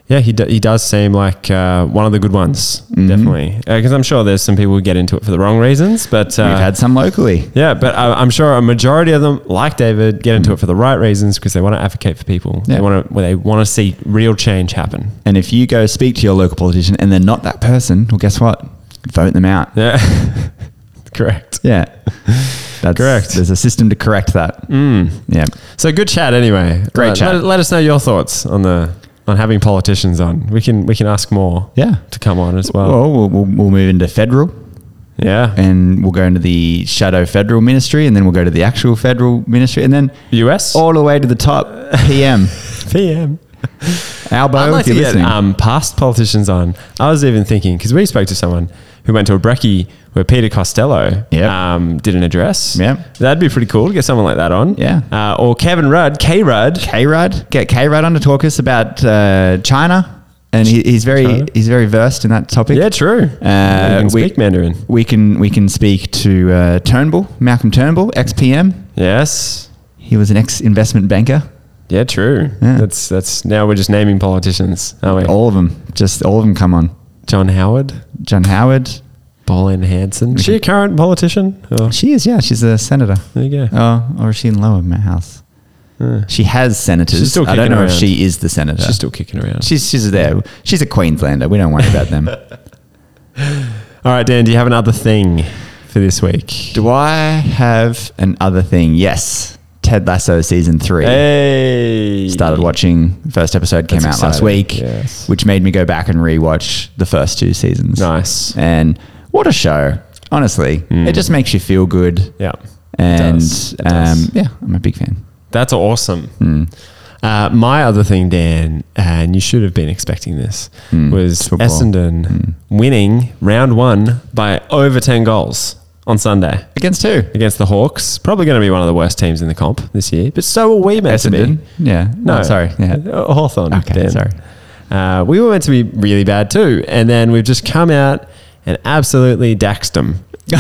Speaker 2: yeah, he, do, he does seem like uh, one of the good ones,
Speaker 1: Mm-hmm.
Speaker 2: definitely. Because I'm sure there's some people who get into it for the wrong reasons, but uh,
Speaker 1: We've had some locally.
Speaker 2: yeah, but I, I'm sure a majority of them, like David, get into it for the right reasons because they want to advocate for people. They
Speaker 1: Mm. Yeah.
Speaker 2: want to. Well, they want to see real change happen.
Speaker 1: And if you go speak to your local politician and they're not that person, well, guess what? Vote them out.
Speaker 2: Yeah, correct.
Speaker 1: Yeah. That's
Speaker 2: Correct. Mm.
Speaker 1: There's a system to correct that. Yeah.
Speaker 2: So good chat anyway.
Speaker 1: Great
Speaker 2: let,
Speaker 1: chat.
Speaker 2: Let, let us know your thoughts on the on having politicians on. We can we can ask more.
Speaker 1: Yeah.
Speaker 2: To come on as well.
Speaker 1: Well, we'll, we'll, we'll move into federal
Speaker 2: yeah.
Speaker 1: and we'll go into the shadow federal ministry and then we'll go to the actual federal ministry and then
Speaker 2: US
Speaker 1: all the way to the top PM.
Speaker 2: PM.
Speaker 1: Albo,
Speaker 2: I'd like
Speaker 1: if
Speaker 2: to
Speaker 1: you're
Speaker 2: get
Speaker 1: listening.
Speaker 2: um, past politicians on. I was even thinking because we spoke to someone who went to a brekkie where Peter Costello
Speaker 1: Yep.
Speaker 2: um, did an address.
Speaker 1: Yep.
Speaker 2: That'd be pretty cool to get someone like that on.
Speaker 1: Yeah.
Speaker 2: Uh, or Kevin Rudd, K Rudd.
Speaker 1: K Rudd, get K Rudd on to talk us about uh, China, and he, he's very
Speaker 2: China?
Speaker 1: he's very versed in that topic.
Speaker 2: Yeah,
Speaker 1: Uh,
Speaker 2: true. we can
Speaker 1: we-
Speaker 2: speak Mandarin.
Speaker 1: We can we can speak to uh, Turnbull, Malcolm Turnbull, ex PM.
Speaker 2: Yes.
Speaker 1: He was an ex investment banker.
Speaker 2: Yeah, true.
Speaker 1: Yeah.
Speaker 2: That's that's now we're just naming politicians, aren't we?
Speaker 1: All of them, just all of them. Come on,
Speaker 2: John Howard,
Speaker 1: John Howard.
Speaker 2: Bolin Hanson. Is she
Speaker 1: Mm-hmm.
Speaker 2: a current politician? Oh,
Speaker 1: She is, yeah, she's a senator.
Speaker 2: there you go.
Speaker 1: Oh, or is she in lower house?
Speaker 2: Yeah.
Speaker 1: She has senators.
Speaker 2: She's still
Speaker 1: I don't
Speaker 2: kicking
Speaker 1: know if
Speaker 2: around.
Speaker 1: she is the senator.
Speaker 2: She's still kicking around.
Speaker 1: She's she's there. She's a Queenslander. We don't worry about them.
Speaker 2: All right, Dan, do you have another thing for this week?
Speaker 1: Do I have another thing? Yes. Ted Lasso season three.
Speaker 2: Hey.
Speaker 1: Started watching. First episode came
Speaker 2: That's
Speaker 1: out last
Speaker 2: exciting.
Speaker 1: week,
Speaker 2: Yes.
Speaker 1: which made me go back and rewatch the first two seasons.
Speaker 2: Nice.
Speaker 1: And what a show. Honestly, it just makes you feel good.
Speaker 2: Yeah.
Speaker 1: And
Speaker 2: does. It
Speaker 1: um,
Speaker 2: does.
Speaker 1: yeah, I'm a big fan.
Speaker 2: That's awesome.
Speaker 1: Mm.
Speaker 2: Uh, my other thing, Dan, and you should have been expecting this, was
Speaker 1: Mm. Football. Mm.
Speaker 2: Essendon winning round one by over 10 goals on Sunday
Speaker 1: Against two.
Speaker 2: against the Hawks. Probably going to be one of the worst teams in the comp this year, but so were we meant to
Speaker 1: Essendon.
Speaker 2: be.
Speaker 1: Yeah.
Speaker 2: No,
Speaker 1: Oh, sorry. Yeah.
Speaker 2: Uh, Hawthorn.
Speaker 1: Okay,
Speaker 2: Dan.
Speaker 1: sorry.
Speaker 2: Uh, we were meant to be really bad too, and then we've just come out and absolutely daxed them. Uh,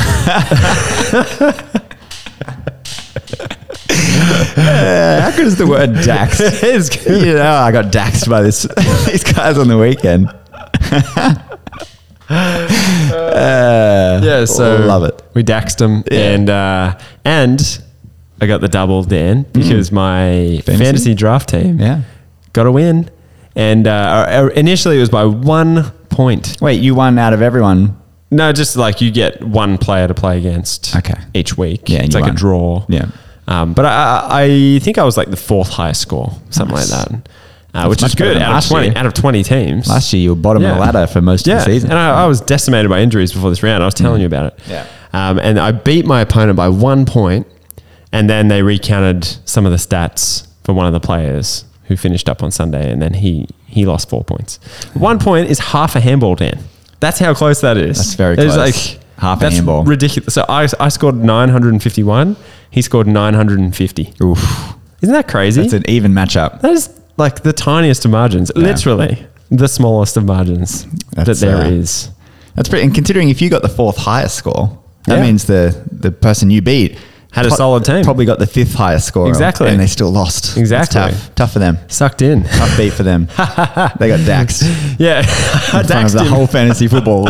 Speaker 1: How good is the word dax?
Speaker 2: it's good.
Speaker 1: you know, I got daxed by this these guys on the weekend. Uh,
Speaker 2: Yeah, so
Speaker 1: love it.
Speaker 2: We daxed them,
Speaker 1: Yeah.
Speaker 2: and uh, and I got the double Dan because my fantasy? draft team
Speaker 1: Mm. Yeah.
Speaker 2: got a win, and uh, our- our- initially it was by one point.
Speaker 1: Wait, you won out of everyone.
Speaker 2: No, just like you get one player to play against.
Speaker 1: Okay.
Speaker 2: Each week.
Speaker 1: Yeah, and
Speaker 2: it's
Speaker 1: you
Speaker 2: like
Speaker 1: won.
Speaker 2: a draw.
Speaker 1: Yeah.
Speaker 2: Um, but I, I I think I was like the fourth highest score, something like that, uh, which
Speaker 1: much
Speaker 2: is
Speaker 1: better
Speaker 2: good
Speaker 1: than
Speaker 2: out of
Speaker 1: last
Speaker 2: twenty
Speaker 1: year.
Speaker 2: out of twenty teams.
Speaker 1: Last year, you were bottom of
Speaker 2: Yeah.
Speaker 1: the ladder for most
Speaker 2: yeah,
Speaker 1: of the season. Mm.
Speaker 2: and I, I was decimated by injuries before this round. I was telling you about it.
Speaker 1: Yeah.
Speaker 2: Um, and I beat my opponent by one point, and then they recounted some of the stats for one of the players who finished up on Sunday, and then he he lost four points. One point is half a handball, Dan. That's how close that is.
Speaker 1: That's very
Speaker 2: That is
Speaker 1: close.
Speaker 2: like
Speaker 1: Half a
Speaker 2: that's
Speaker 1: handball.
Speaker 2: Ridiculous. So I, I scored 951. He scored 950.
Speaker 1: Oof.
Speaker 2: Isn't that crazy?
Speaker 1: It's an even matchup.
Speaker 2: That is like the tiniest of margins, literally the smallest of margins
Speaker 1: That's,
Speaker 2: that there
Speaker 1: uh,
Speaker 2: is.
Speaker 1: That's pretty. And considering if you got the fourth highest score, that
Speaker 2: Yeah.
Speaker 1: means the the person you beat
Speaker 2: Had a solid team.
Speaker 1: Probably got the fifth highest score.
Speaker 2: Exactly.
Speaker 1: And they still lost. That's
Speaker 2: Exactly.
Speaker 1: tough. Tough for them.
Speaker 2: Sucked in.
Speaker 1: Tough beat for them. they got daxed.
Speaker 2: yeah,
Speaker 1: In front of
Speaker 2: Daxed
Speaker 1: the
Speaker 2: him.
Speaker 1: whole fantasy football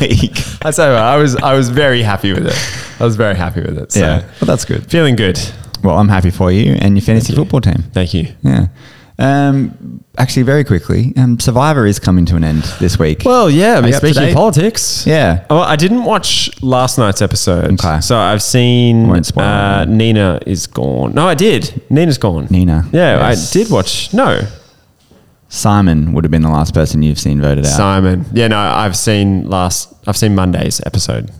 Speaker 1: league.
Speaker 2: I tell you what, I was I was very happy with it. I was very happy with it. So.
Speaker 1: Yeah. Well, that's good.
Speaker 2: feeling good.
Speaker 1: Well, I'm happy for you and your fantasy football team.
Speaker 2: Thank you.
Speaker 1: Yeah. Um, actually, very quickly, um, Survivor is coming to an end this week.
Speaker 2: Well, yeah. I
Speaker 1: Are
Speaker 2: mean,
Speaker 1: you up to
Speaker 2: speaking of
Speaker 1: date?
Speaker 2: politics,
Speaker 1: Yeah.
Speaker 2: Well, I didn't watch last night's episode,
Speaker 1: Okay.
Speaker 2: so I've seen
Speaker 1: Won't spoil
Speaker 2: uh,
Speaker 1: it.
Speaker 2: Nina is gone. No, I did. Nina's gone.
Speaker 1: Nina,
Speaker 2: Yeah,
Speaker 1: yes.
Speaker 2: I did watch. No,
Speaker 1: Simon would have been the last person you've seen voted out.
Speaker 2: Simon. Yeah, no, I've seen last. I've seen Monday's episode.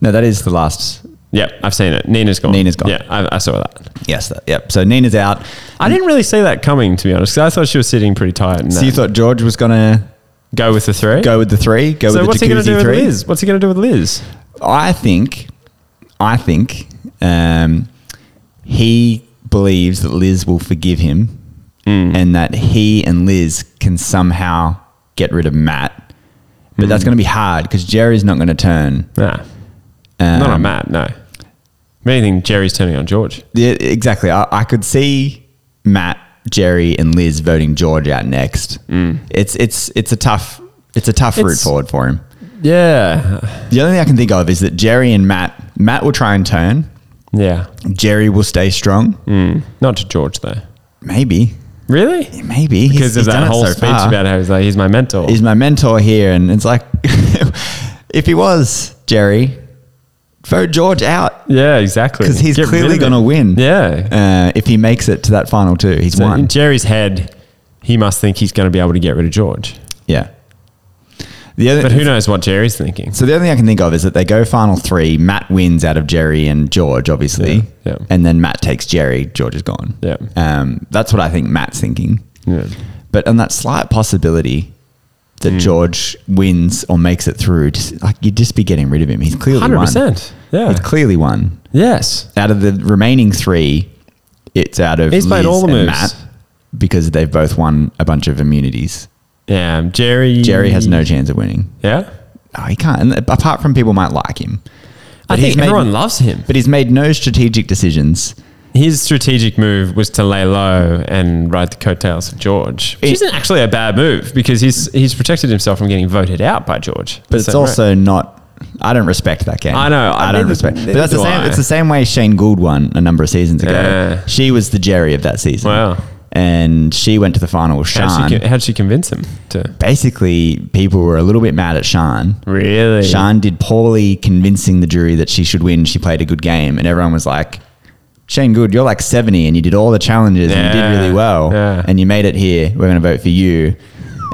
Speaker 1: no, that is the last.
Speaker 2: Yeah, I've seen it. Nina's gone.
Speaker 1: Nina's gone.
Speaker 2: Yeah, I, I saw that.
Speaker 1: Yes. That, yep. So Nina's out.
Speaker 2: I didn't really see that coming, to be honest, 'cause I thought she was sitting pretty tight. And
Speaker 1: So
Speaker 2: that.
Speaker 1: you thought George was gonna
Speaker 2: go with the three?
Speaker 1: go with the three? Go
Speaker 2: So
Speaker 1: with
Speaker 2: what's
Speaker 1: the
Speaker 2: he going to do
Speaker 1: jacuzzi
Speaker 2: with
Speaker 1: three?
Speaker 2: Liz? What's he going to do with Liz?
Speaker 1: I think, I think, um, he believes that Liz will forgive him,
Speaker 2: Hmm.
Speaker 1: and that he and Liz can somehow get rid of Matt. But that's
Speaker 2: Hmm.
Speaker 1: going to be hard because Jerry's not going to turn.
Speaker 2: Nah,
Speaker 1: Um,
Speaker 2: not on Matt. No. If anything, Jerry's turning on George.
Speaker 1: Yeah, exactly. I, I could see Matt, Jerry, and Liz voting George out next.
Speaker 2: Mm.
Speaker 1: It's it's it's a tough it's a tough route
Speaker 2: It's-
Speaker 1: forward for him.
Speaker 2: Yeah.
Speaker 1: The only thing I can think of is that Jerry and Matt Matt will try and turn.
Speaker 2: Yeah.
Speaker 1: Jerry will stay strong.
Speaker 2: Mm. Not to George though.
Speaker 1: Maybe,
Speaker 2: Really?
Speaker 1: maybe
Speaker 2: Because of that whole speech
Speaker 1: far.
Speaker 2: about how he's like he's my mentor.
Speaker 1: He's my mentor here, and it's like if he was Jerry, vote George out
Speaker 2: yeah, exactly.
Speaker 1: because he's
Speaker 2: Get rid
Speaker 1: clearly
Speaker 2: of him.
Speaker 1: going to win.
Speaker 2: Yeah.
Speaker 1: uh, if he makes it to that final two, he's
Speaker 2: So in
Speaker 1: won.
Speaker 2: Jerry's head, he must think he's going to be able to get rid of George.
Speaker 1: Yeah. The other,
Speaker 2: But who knows what Jerry's thinking?
Speaker 1: So the only thing I can think of is that they go final three. Matt wins out of Jerry and George, obviously,
Speaker 2: Yeah, yeah.
Speaker 1: and then Matt takes Jerry. George is gone.
Speaker 2: Yeah.
Speaker 1: um, that's what I think Matt's thinking.
Speaker 2: Yeah. Hmm.
Speaker 1: But on that slight possibility that George wins or makes it through, just, like you'd just be getting rid of him. He's clearly
Speaker 2: Hundred
Speaker 1: won.
Speaker 2: percent. Yeah.
Speaker 1: He's clearly won.
Speaker 2: Yes.
Speaker 1: Out of the remaining three, it's out of
Speaker 2: He's
Speaker 1: Liz
Speaker 2: played all the
Speaker 1: and
Speaker 2: moves.
Speaker 1: Matt because they've both won a bunch of immunities.
Speaker 2: Yeah. Jerry.
Speaker 1: Jerry has no chance of winning.
Speaker 2: Yeah.
Speaker 1: Oh, he can't. And apart from people might like him.
Speaker 2: I
Speaker 1: But he's
Speaker 2: think
Speaker 1: made-
Speaker 2: everyone loves him.
Speaker 1: But he's made no strategic decisions.
Speaker 2: His strategic move was to lay low and ride the coattails of George, which
Speaker 1: It-
Speaker 2: is isn't actually a bad move because he's he's protected himself from getting voted out by George.
Speaker 1: But it's
Speaker 2: So, right.
Speaker 1: also not. I don't respect that game.
Speaker 2: I know,
Speaker 1: I,
Speaker 2: I
Speaker 1: don't
Speaker 2: neither-
Speaker 1: respect. But
Speaker 2: neither
Speaker 1: that's the
Speaker 2: do
Speaker 1: same.
Speaker 2: I.
Speaker 1: It's the same way Shane Gould won a number of seasons ago.
Speaker 2: Yeah.
Speaker 1: She was the Jerry of that season.
Speaker 2: Wow.
Speaker 1: And she went to the final with
Speaker 2: how'd
Speaker 1: Sean.
Speaker 2: she, con- how'd she convince him to
Speaker 1: Basically, people were a little bit mad at Sean.
Speaker 2: really?
Speaker 1: Sean did poorly convincing the jury that she should win. She played a good game, and everyone was like, "Shane Good, you're like 70, and you did all the challenges and you did
Speaker 2: Yeah,
Speaker 1: really well,
Speaker 2: yeah.
Speaker 1: and you made it here. We're going to vote for you."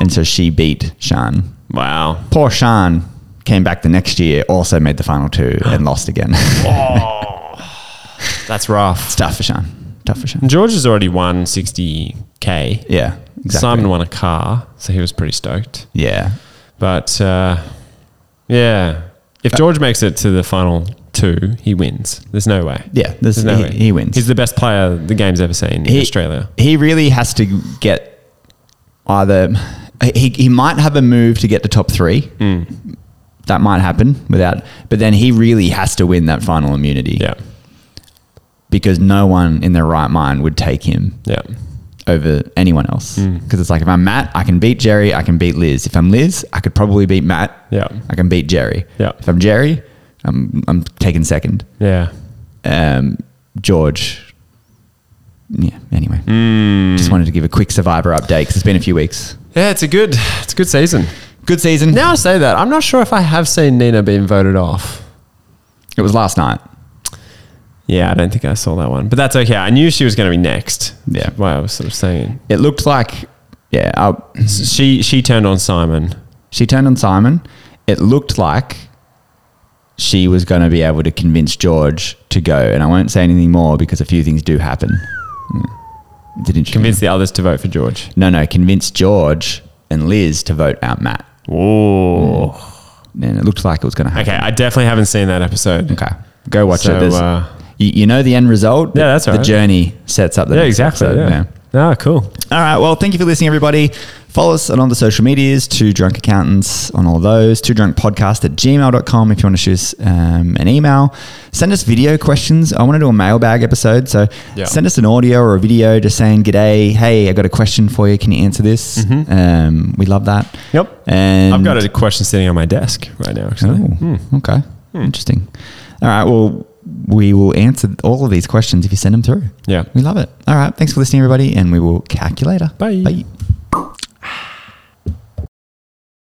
Speaker 1: And so she beat Sean.
Speaker 2: Wow.
Speaker 1: Poor Sean came back the next year, also made the final two, and lost again.
Speaker 2: That's rough.
Speaker 1: it's tough for Sean. Tough for Sean.
Speaker 2: George has already won 60K.
Speaker 1: Yeah, exactly.
Speaker 2: Simon won a car, so he was pretty stoked.
Speaker 1: Yeah,
Speaker 2: But uh, yeah,
Speaker 1: Uh,
Speaker 2: if George makes it to the final two, he wins. There's no way.
Speaker 1: yeah. This,
Speaker 2: There's no
Speaker 1: he,
Speaker 2: way.
Speaker 1: he wins.
Speaker 2: He's the best player the game's ever seen in
Speaker 1: he,
Speaker 2: Australia.
Speaker 1: He really has to get either he, he might have a move to get to top three.
Speaker 2: Hmm.
Speaker 1: That might happen without, but then he really has to win that final immunity
Speaker 2: Yeah.
Speaker 1: because no one in their right mind would take him
Speaker 2: Yeah.
Speaker 1: over anyone else.
Speaker 2: Hmm.
Speaker 1: Because it's like if I'm Matt, I can beat Jerry, I can beat Liz. If I'm Liz, I could probably beat Matt.
Speaker 2: Yeah.
Speaker 1: I can beat Jerry.
Speaker 2: Yeah.
Speaker 1: If I'm Jerry, I'm I'm taking second.
Speaker 2: Yeah.
Speaker 1: Um, George. Yeah. Anyway,
Speaker 2: Hmm.
Speaker 1: just wanted to give a quick Survivor update because it's been a few weeks.
Speaker 2: Yeah, it's a good it's a good season.
Speaker 1: Good season.
Speaker 2: Now I say that, I'm not sure if I have seen Nina being voted off.
Speaker 1: It was last night.
Speaker 2: Yeah, I don't think I saw that one. But that's okay. I knew she was going to be next.
Speaker 1: Yeah.
Speaker 2: Why I was sort of saying.
Speaker 1: It looked like, yeah, uh,
Speaker 2: She she turned on Simon.
Speaker 1: she turned on Simon. It looked like she was going to be able to convince George to go. And I won't say anything more because a few things do happen. Mm. Didn't you?
Speaker 2: Convinced the others to vote for George.
Speaker 1: No, no, convince George and Liz to vote out Matt. Hmm.
Speaker 2: Whoa.
Speaker 1: And it looked like it was going to happen.
Speaker 2: Okay, I definitely haven't seen that episode.
Speaker 1: Okay. Go watch
Speaker 2: So,
Speaker 1: it. There's,
Speaker 2: uh,
Speaker 1: you, you know the end result. but
Speaker 2: Yeah, that's all
Speaker 1: The
Speaker 2: right.
Speaker 1: journey sets up the
Speaker 2: Yeah,
Speaker 1: next
Speaker 2: exactly.
Speaker 1: episode,
Speaker 2: yeah. Ah, cool.
Speaker 1: All right. Well, thank you for listening, everybody. Follow us on all the social medias, Two Drunk Accountants on all those, Two Drunk Podcast at gmail.com if you want to shoot us um, an email. Send us video questions. I want to do a mailbag episode. So
Speaker 2: Yeah.
Speaker 1: send us an audio or a video just saying, G'day, hey, I got a question for you. Can you answer this? Um, we love that.
Speaker 2: Yep.
Speaker 1: And
Speaker 2: I've got a question sitting on my desk right now, actually. Hmm.
Speaker 1: Oh, okay. Interesting. All right. Well, we will answer all of these questions if you send them through.
Speaker 2: Yeah.
Speaker 1: We love it. All right. Thanks for listening, everybody. And we will calculate later.
Speaker 2: Bye.
Speaker 1: Bye.